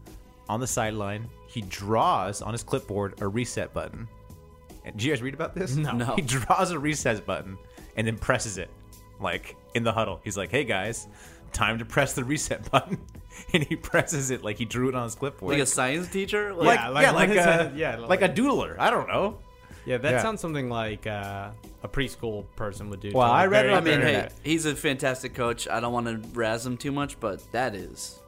G: On the sideline, he draws on his clipboard a reset button. And did you guys read about this?
I: No.
G: He draws a reset button and then presses it, like in the huddle. He's like, "Hey guys, time to press the reset button," and he presses it like he drew it on his clipboard.
I: Like a science teacher.
G: like,
H: Yeah,
G: yeah,
H: like
G: like,
H: what is
G: a,
H: that? Yeah,
G: like, a doodler. I don't know.
H: Yeah, that
G: Yeah.
H: sounds something like uh, a preschool person would do.
G: Well,
H: to, like,
G: I read it
H: very-
I: I mean, hey,
G: Internet.
I: he's a fantastic coach. I don't want to razz him too much, but that is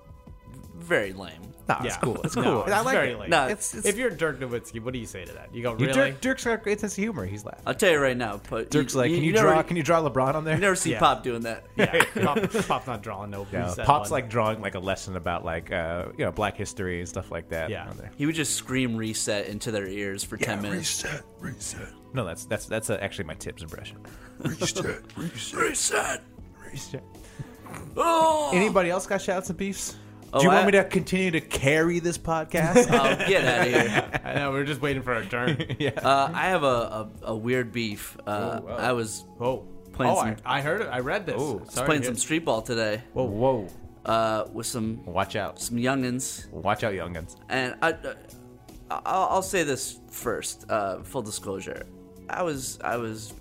I: very lame.
G: Nah, it's
H: Yeah.
G: cool. It's
H: No,
G: cool.
H: it's
G: I like
H: very
G: it.
H: lame.
I: No,
G: it's, it's
H: if you're Dirk Nowitzki, what do you say to that? You go,
G: You
H: really?
G: Dirk, Dirk's got a great sense of humor. He's laughing.
I: I'll tell you right now. But
G: Dirk's like, can you,
I: never,
G: draw? can you draw LeBron on there?
I: you never see
H: Yeah.
I: Pop doing that.
H: yeah, Pop, Pop's not drawing no
G: Yeah,
H: reset
G: Pop's
H: button.
G: like drawing like a lesson about like uh, you know Black history and stuff like that.
H: Yeah.
G: on there.
I: He would just scream reset into their ears for ten minutes.
C: Reset, reset,
G: No, that's that's that's uh, actually my tips impression.
C: reset, reset.
I: Reset. Oh,
G: Anybody else got shouts and beefs?
I: Oh,
G: Do you
I: I-
G: want me to continue to carry this podcast?
I: oh, get out of here.
H: I know, we are just waiting for our turn.
I: Uh, I have a, a, a weird beef. Uh, I was
H: Oh,
I: Playing
H: oh,
I: some-
H: I, I heard it. I read this.
G: Oh.
H: Sorry,
G: It's
I: I was playing
H: dude.
I: some street ball today
G: whoa, whoa!
I: uh, with some
G: Watch out!
I: some youngins,
G: Watch out, youngins!
I: and I, uh, I'll, I'll say this first. Uh, full disclosure, I was I was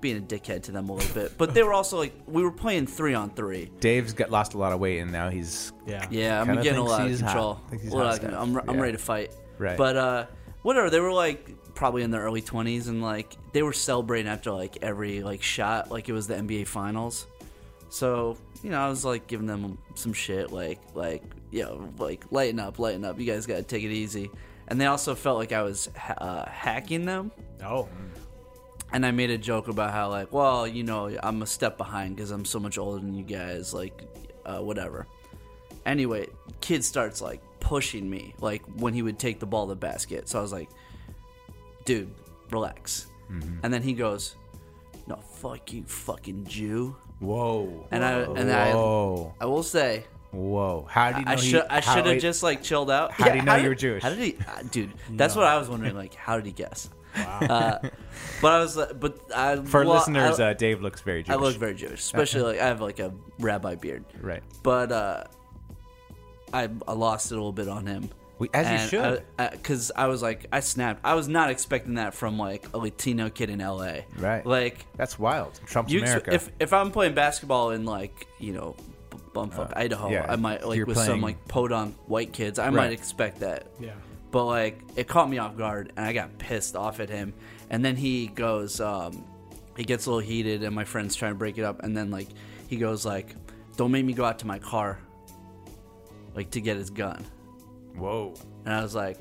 I: being a dickhead to them a little bit, but they were also like we were playing three on three.
G: Dave's got lost a lot of weight and now he's
H: Yeah.
I: Yeah, I'm
G: Kinda
I: getting a
G: thinks
I: lot of
G: he's hot.
I: control.
G: Thinks he's
I: A lot
G: hot
I: of con-
G: stuff.
I: I'm, I'm
G: Yeah.
I: ready to fight.
G: Right.
I: But uh, whatever. They were like probably in their early 20s, and like they were celebrating after like every like shot, like it was the NBA Finals. So you know, I was like giving them some shit, like like you know, like lighten up, lighten up. You guys gotta take it easy. And they also felt like I was ha- uh, hacking them.
H: Oh,
I: And I made a joke about how like, well, you know, I'm a step behind because I'm so much older than you guys, like, uh, whatever. Anyway, kid starts like pushing me, like when he would take the ball to the basket. So I was like, dude, relax.
G: Mm-hmm.
I: And then he goes, no, fuck you, fucking Jew.
G: whoa,
I: And I and
G: whoa,
I: I, I will say,
G: whoa! How did you know
I: I
G: he-
I: should I
G: how
I: should have
G: it-
I: just like chilled out.
G: how do you know you were Jewish?
I: How did he, uh, dude? That's what I was wondering. Like, how did he guess? Wow. Uh, but I was, like, but I
G: for
I: well,
G: listeners? uh,
I: I,
G: Dave looks very
I: I
G: Jewish.
I: look very Jewish, especially like I have like a rabbi beard.
G: right.
I: But uh, I I lost it a little bit on him.
G: We, as you
I: And
G: should.
I: Because I, was like, I snapped. I was not expecting that from like a Latino kid in L.A.
G: Right.
I: Like
G: That's wild. Trump's
I: you,
G: America.
I: if if I'm playing basketball in like you know b- bumfuck Idaho,
G: Uh, yeah,
I: I might like
G: you're
I: with some
G: playing-
I: like podunk white kids, I might
G: Right.
I: expect that.
H: yeah.
I: But like it caught me off guard, and I got pissed off at him. And then he goes, um, he gets a little heated, and my friends trying to break it up. And then like he goes like, "Don't make me go out to my car, like to get his gun."
G: Whoa.
I: And I was like,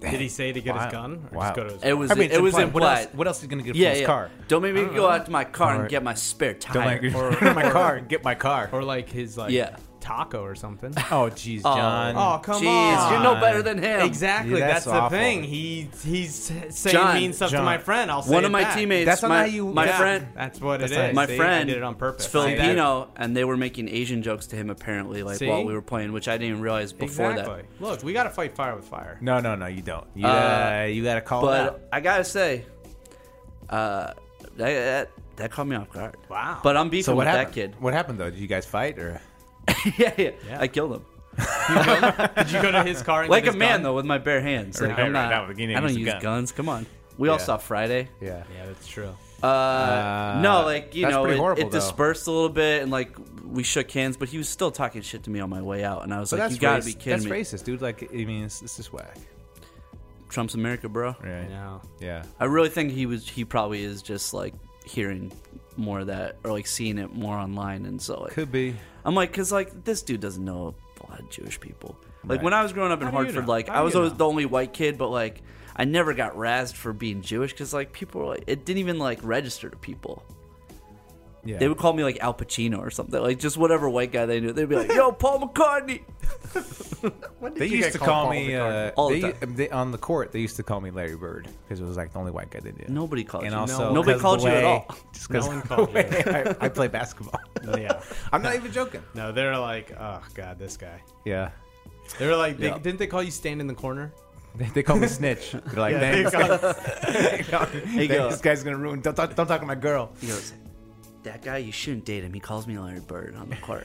H: Did he say to get
G: Wow.
H: his gun or
G: Wow.
H: just go to his?
I: "It was
G: I mean,
I: it was
G: implied.
I: implied."
G: What else, what else is going to get
I: yeah,
G: from his
I: yeah.
G: car?
I: Don't make me go out to my car
G: Or-
I: and get my spare
G: Don't
I: tire.
G: like my car and get my car.
H: or like his like
I: Yeah.
H: taco or something?
G: oh, jeez, John.
H: Oh, come
I: Jeez,
H: on.
I: you're no better than him.
H: Exactly.
G: Yeah, that's
H: that's the
G: awful.
H: thing. He he's saying
I: John,
H: mean stuff to
G: John.
H: my friend. I'll say
I: One of
H: it
I: my
H: back.
I: teammates,
G: That's not
I: my,
G: how you-
I: my
G: Yeah.
I: friend,
H: That's what it
G: That's not
H: is.
G: how
I: my
H: See, I
I: friend
H: did it on purpose.
I: It's
H: See, that-
I: Filipino, and they were making Asian jokes to him apparently, like
H: See?
I: while we were playing, which I didn't realize before
H: exactly. Look, we got to fight fire with fire.
G: No, no, no, you don't. You, uh, you got to
I: that.
G: call it
I: But
G: out.
I: I gotta say, uh, that, that that caught me off guard.
H: Wow.
I: But I'm beefing
G: So what
I: with
G: happened?
I: that kid.
G: What happened though? Did you guys fight or?
I: yeah, yeah,
H: Yeah.
I: I killed him
H: Did you go to his car and
I: like
H: get
I: a
H: his
I: man
H: gun?
I: though with my bare hands. Like,
G: Right,
I: I'm
G: right,
I: not.
G: that was- you didn't
I: I don't
G: use a
I: use
G: gun.
I: guns. Come on. We all
G: Yeah.
I: saw Friday.
G: Yeah.
H: Yeah, that's true.
I: Uh, no, like you
G: that's
I: know,
G: pretty
I: it,
G: horrible,
I: it
G: though.
I: dispersed a little bit, and like we shook hands, but he was still talking shit to me on my way out, and I was
G: But
I: like,
G: that's
I: "You gotta
G: rac-
I: be kidding
G: That's
I: me!"
G: racist, dude. Like, I mean, it's, it's just whack.
I: Trump's America, bro.
G: Right.
H: No.
G: Yeah.
I: I really think he was he probably is just like hearing more of that or like seeing it more online and so like
G: Could be.
I: I'm like cuz like this dude doesn't know a lot of Jewish people. Like when I was growing up in
H: How do you
I: Hartford
H: know?
I: like
H: How
I: I
H: do
I: was
H: you
I: always
H: know?
I: the only white kid but like I never got razzed for being Jewish cuz like people were like it didn't even like register to people.
G: Yeah.
I: They would call me like Al Pacino or something. Like just whatever white guy they knew. They'd be like, "Yo, Paul McCartney."
G: They
B: you
G: used
B: get
G: to
B: called
G: call
B: Paul
G: me
B: McCartney?
G: uh,
I: All the
G: they-
I: time.
G: they- on the court. They used to call me Larry Bird because it was like the only white guy they did.
I: Nobody called
G: and
I: you.
G: also
I: Nobody
G: 'cause
I: called
G: the
I: you
G: way-
I: at all.
G: Just because
H: No one called you.
G: I, I play basketball.
H: Yeah.
G: I'm not even joking.
H: No, they're like, oh god, this guy.
G: Yeah,
H: They were like, they,
I: Yeah.
H: didn't they call you stand in the corner?
G: they, they call me snitch. They're like, thanks.
I: you go.
G: this guy's gonna ruin. Don't talk, don't talk to my girl.
I: He goes, "That guy, you shouldn't date him. He calls me Larry Bird on the court."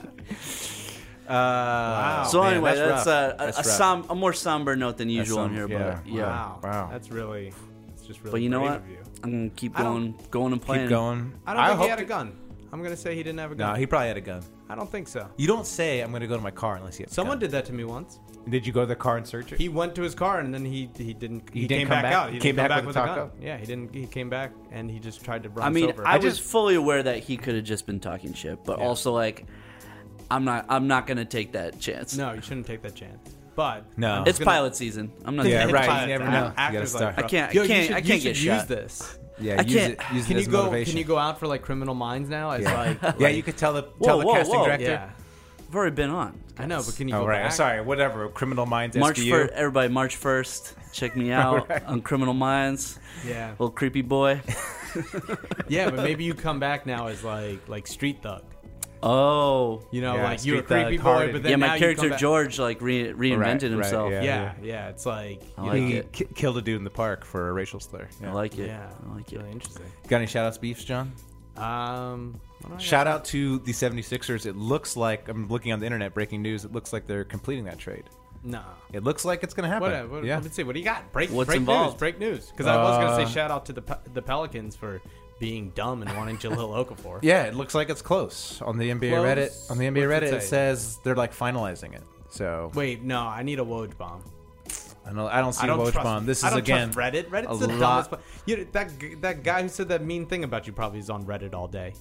G: Uh, wow.
I: So anyway, that's, uh a, a, som- a more somber note than usual
G: some-
I: in here,
G: yeah.
I: but yeah.
H: Wow.
G: Wow.
H: That's really. It's just really.
I: But you know
H: brave
I: what?
H: of you.
I: I'm gonna keep
H: I don't-
I: going, going and playing.
G: Keep going.
H: I don't think he had a
G: hope-
H: gun. I'm gonna say he didn't have a
G: No,
H: gun.
G: he probably had a gun.
H: I don't think so.
G: You don't say I'm gonna go to my car unless you have.
H: Someone did that to me once.
G: did. Did you go to the car and search it?
H: He went to his car and then he he didn't. He,
G: didn't
H: came
G: come
H: back,
G: back?
H: out. He
G: Came
H: didn't come
G: back
H: back
G: with
H: with
G: a
H: a
G: taco?
H: gun. Yeah, he didn't. He came back and he just tried to run.
I: I mean,
H: over.
I: I, was fully aware that he could have just been talking shit, but also like, I'm not, I'm not gonna take that chance.
H: No, you shouldn't take that chance. But
G: No.
I: it's
H: gonna-
I: pilot season. I'm not.
G: Yeah,
I: taking
G: right.
I: that
G: You
I: chance.
G: never
H: Act-
G: know. You gotta
H: Actors like,
G: start.
H: bro,
I: I can't- I
H: yo, you
I: can't-
H: should-
I: I
H: you
I: can't
H: should
I: get
H: use
I: shot."
H: this.
G: yeah,
I: I
G: use
I: can't-
G: it. Use
H: Can
G: it
H: you
G: as
H: go?
G: motivation.
H: Can you go out for like criminal minds now? As
G: Yeah.
H: like,
G: yeah,
H: like-
G: you could tell the
I: Whoa,
G: tell the
I: whoa,
G: casting
I: whoa.
G: director.
H: Yeah,
I: I've already been on.
H: I know, but can you
G: Oh
H: go
G: right,
H: back?
G: sorry, whatever. Criminal Minds
I: March
G: SVU.
I: first, everybody. March first, check me out on Criminal Minds.
H: Yeah,
I: Little creepy boy.
H: yeah, but maybe you come back now as like like street thug.
I: Oh,
H: You know,
G: Yeah,
H: like you're a
G: street thug,
H: creepy boy,
G: hardened.
H: but then
I: yeah.
H: now
I: My
H: you
I: character
H: come back-
I: George like re- reinvented
G: Right, right,
I: himself.
G: yeah.
H: Yeah, yeah, it's like
I: I
H: you
I: like
H: know,
G: He
I: it.
G: ki- killed a dude in the park for a racial slur.
I: I
G: Yeah.
I: like it.
H: yeah,
I: I like
H: it's
I: it.
H: really interesting.
G: Got any shout outs, Beefs, John?
H: Um, what do I got?
G: Shout out to the 76ers. It looks like, I'm looking on the internet, breaking news, it looks like they're completing that trade.
H: no.
G: It looks like it's going to happen.
H: What, uh, what,
G: yeah.
H: Let me see. What do you got? Break,
I: What's
H: break
I: involved?
H: news. Break news. Because I was going to
G: Uh,
H: say shout out to the Pe- the Pelicans for being dumb and wanting Jalil Okafor.
G: yeah, it looks like it's close. On the NBA
H: Close?
G: Reddit, on the NBA
H: What's
G: Reddit,
H: it
G: it,
H: say?
G: says they're like finalizing it. So
H: Wait, no, I need a Woj bomb.
G: I don't, I don't see
H: I don't
G: Woj
H: trust
G: bomb. This
H: I
G: is
H: don't
G: again
H: trust Reddit. Reddit's
G: a
H: the
G: lot-
H: dumbest. pla- You know, that g- that guy who said that mean thing about you probably is on Reddit all day.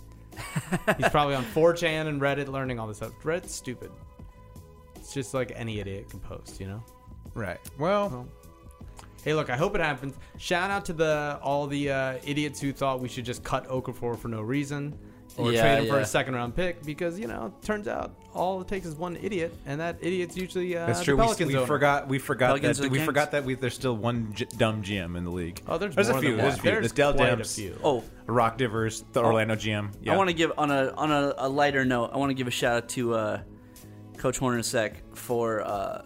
H: He's probably on 4chan and Reddit learning all this stuff. Reddit's stupid. It's just like any idiot can post, you know.
G: Right. Well,
H: Hey, look, I hope it happens. Shout out to the all the uh, idiots who thought we should just cut Okafor for no reason or
I: Yeah,
H: trade him for
I: yeah.
H: a second round pick because you know, turns out all it takes is one idiot, and that idiot's usually uh,
G: that's
H: the
G: true. We,
H: Pelicans
G: we
H: owner.
G: forgot. We forgot
I: Pelicans
G: that.
I: and
G: We
I: Kings.
G: forgot that we, there's still one g- dumb GM in the league.
H: Oh, there's
G: there's a
H: more than
G: few.
H: one.
G: There's a few.
H: There's
G: There's Dell
H: quite a
G: Demps,
H: few. Oh,
I: Oh,
G: Rock Divers, the Orlando GM. Yeah.
I: I want to give on a on a, a lighter note. I want to give a shout out to uh, Coach Hornacek for uh,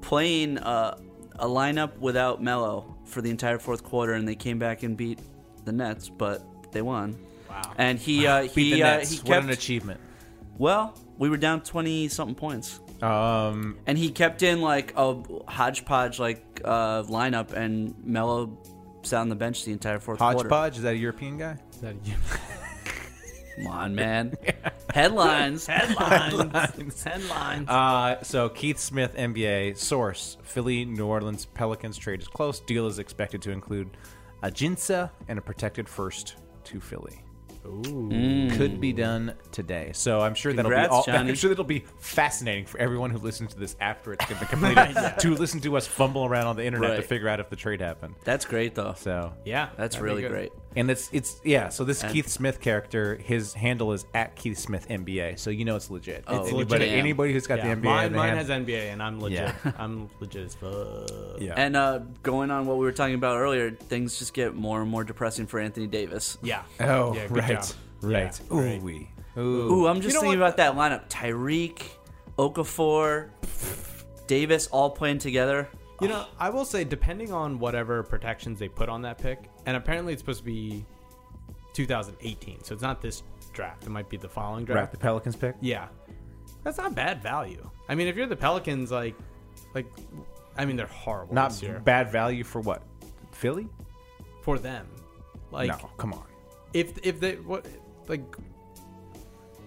I: playing uh, a lineup without Mello for the entire fourth quarter, and they came back and beat the Nets, but they won. Wow! And he uh,
G: beat
I: he
G: the
I: uh,
G: Nets.
I: he
G: what an
I: kept
G: achievement.
I: well. We were down twenty something points,
G: Um,
I: and he kept in like a hodgepodge like uh, lineup, and Mello sat on the bench the entire fourth quarter.
G: Hodgepodge is that a European guy?
H: That-
I: Come on, man! Headlines,
H: headlines, headlines.
G: Uh, so Keith Smith, NBA source: Philly, New Orleans Pelicans trade is close. Deal is expected to include a Jinsa and a protected first to Philly. Ooh. Could be done today, so I'm sure that'll
I: Congrats,
G: be all,
I: Johnny.
G: I'm sure that'll be fascinating for everyone who listens to this after it's been completed to listen to us fumble around on the internet to
I: Right.
G: figure out if the trade happened.
I: That's great though.
G: So
H: yeah,
I: That's
H: that'd be
I: really
H: good.
I: great.
G: and it's it's yeah. So this Keith Smith character, his handle is at Keith Smith NBA. So you know it's legit.
I: Oh, It's
G: anybody,
I: legit.
G: anybody who's got
H: Yeah,
G: the NBA,
H: mine,
G: in the
H: mine
G: hand-
H: has NBA, and I'm legit.
G: Yeah.
H: I'm legit as fuck.
G: yeah.
I: And uh, going on what we were talking about earlier, things just get more and more depressing for Anthony Davis.
H: Yeah.
G: oh,
H: yeah, good
G: right,
H: job.
G: right. Ooh, we.
I: Ooh, I'm just
H: You know
I: thinking
H: what?
I: about that lineup: Tyreek, Okafor, Davis, all playing together.
H: You know, I will say, depending on whatever protections they put on that pick, and apparently it's supposed to be 2018, so it's not this draft. It might be the following
G: Right,
H: draft.
G: the Pelicans pick.
H: Yeah, that's not bad value. I mean, if you're the Pelicans, like, like, I mean, they're horrible
G: Not
H: this year
G: bad value for what? Philly?
H: for them. Like,
G: no, come on.
H: if if they what like,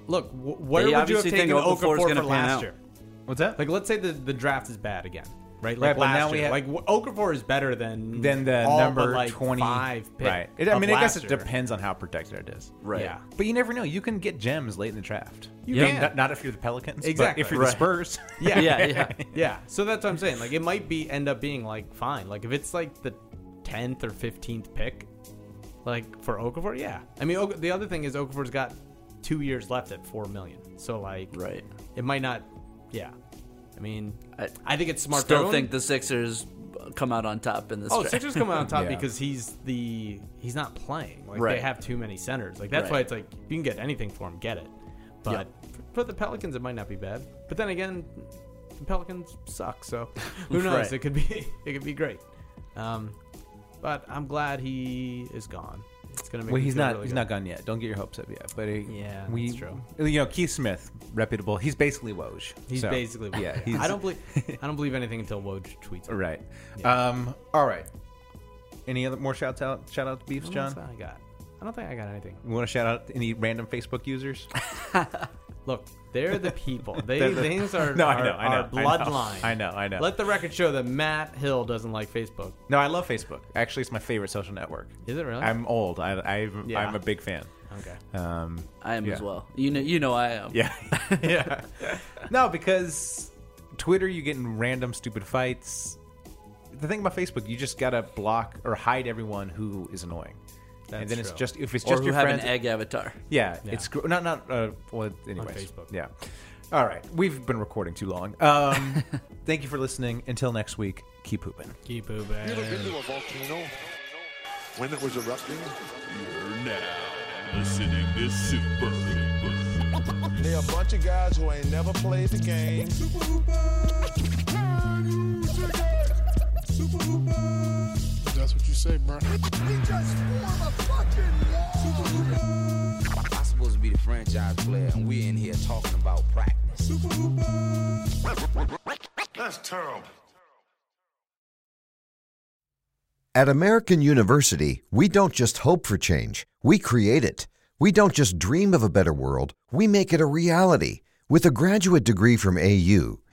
H: look, wh- where
I: They
H: would you have
I: obviously think
H: taken
I: Okafor's
H: Okafor for
I: gonna pan
H: last
I: out.
H: year?
G: What's that?
H: Like, let's say the the draft is bad again.
G: Right,
H: right? Like
G: but
H: last
G: now we have-
H: year. like wh- Okafor is better than
G: Then the
H: all
G: number
H: but, like,
G: twenty
H: five pick.
G: Right. It- I
H: of
G: mean, I guess
H: last
G: it
H: year.
G: depends on how protected it is.
I: Right.
H: Yeah.
G: But you never know. You can get gems late in the draft. You
I: Yeah.
G: can. Not, not if you're the Pelicans. but
H: Exactly.
G: if you're
H: Right.
G: the Spurs.
H: Yeah,
I: Yeah, yeah.
H: yeah. So that's what I'm saying. Like it might be end up being like fine. Like if it's like the tenth or fifteenth pick, like for Okafor, yeah. I mean, Ok- the other thing is Okafor's got two years left at four million. So like,
I: Right.
H: It might not. Yeah. I mean, I,
I: I-
H: think it's smart.
I: Still
H: Don't-
I: think the Sixers come out on top in this.
H: Oh,
I: draft.
H: Sixers come out on top
G: Yeah.
H: because he's the he's not playing. Like they
I: Right.
H: have too many centers. Like that's
I: Right.
H: why it's like you can get anything for him, get it. But
I: Yep.
H: for the Pelicans, it might not be bad. But then again, the Pelicans suck. So who knows?
I: Right.
H: It could be it could be great. Um, but I'm glad he is gone. It's gonna make.
G: Well,
H: me
G: he's
H: feel
G: not.
H: really
G: he's
H: good.
G: not gone yet. Don't get your hopes up yet. But he,
H: Yeah,
G: we,
H: that's true.
G: You know, Keith Smith, reputable. He's basically Woj.
H: He's
G: So,
H: basically.
G: Yeah. He's,
H: I don't believe. I don't believe anything until Woj tweets. It.
G: Right. Um. All right. Any other more shouts out? Shout out to Beefs,
H: That's
G: John.
H: all I got. I don't think I got anything.
G: You want to shout out any random Facebook users?
H: Look, they're the people. They
G: They're the-
H: these are
G: No, I
H: our,
G: know, I
H: our
G: know, I know.
H: bloodline.
G: I know, I know.
H: Let the record show that Matt Hill doesn't like Facebook.
G: No, I love Facebook. Actually, it's my favorite social network.
H: Is it really?
G: I'm old. I, I'm,
H: Yeah.
G: I'm a big fan.
H: Okay.
G: Um,
I: I am
G: Yeah.
I: as well. You know, you know, I am.
G: yeah, yeah. no, because Twitter, you get in random stupid fights. The thing about Facebook, you just gotta block or hide everyone who is annoying,
H: That's
G: and then it's
H: true.
G: just if it's
I: Or
G: just
I: who
G: your
I: have
G: friends.
I: an egg avatar.
G: Yeah, it's gr- not not. Uh, well, anyways,
H: Facebook.
G: Yeah. All right, we've been recording too long. Um, thank you for listening. Until next week, keep hooping.
H: Keep
B: You ever
H: moving.
B: been to a volcano when it was erupting?
D: You're now listening to Super Hooper.
B: They a bunch of guys who ain't never played the game.
J: That's what you say, bro.
F: I'm supposed to be the franchise player, and we're in here talking about practice.
C: That's terrible.
K: At American University, we don't just hope for change, we create it. We don't just dream of a better world, we make it a reality. With a graduate degree from AU,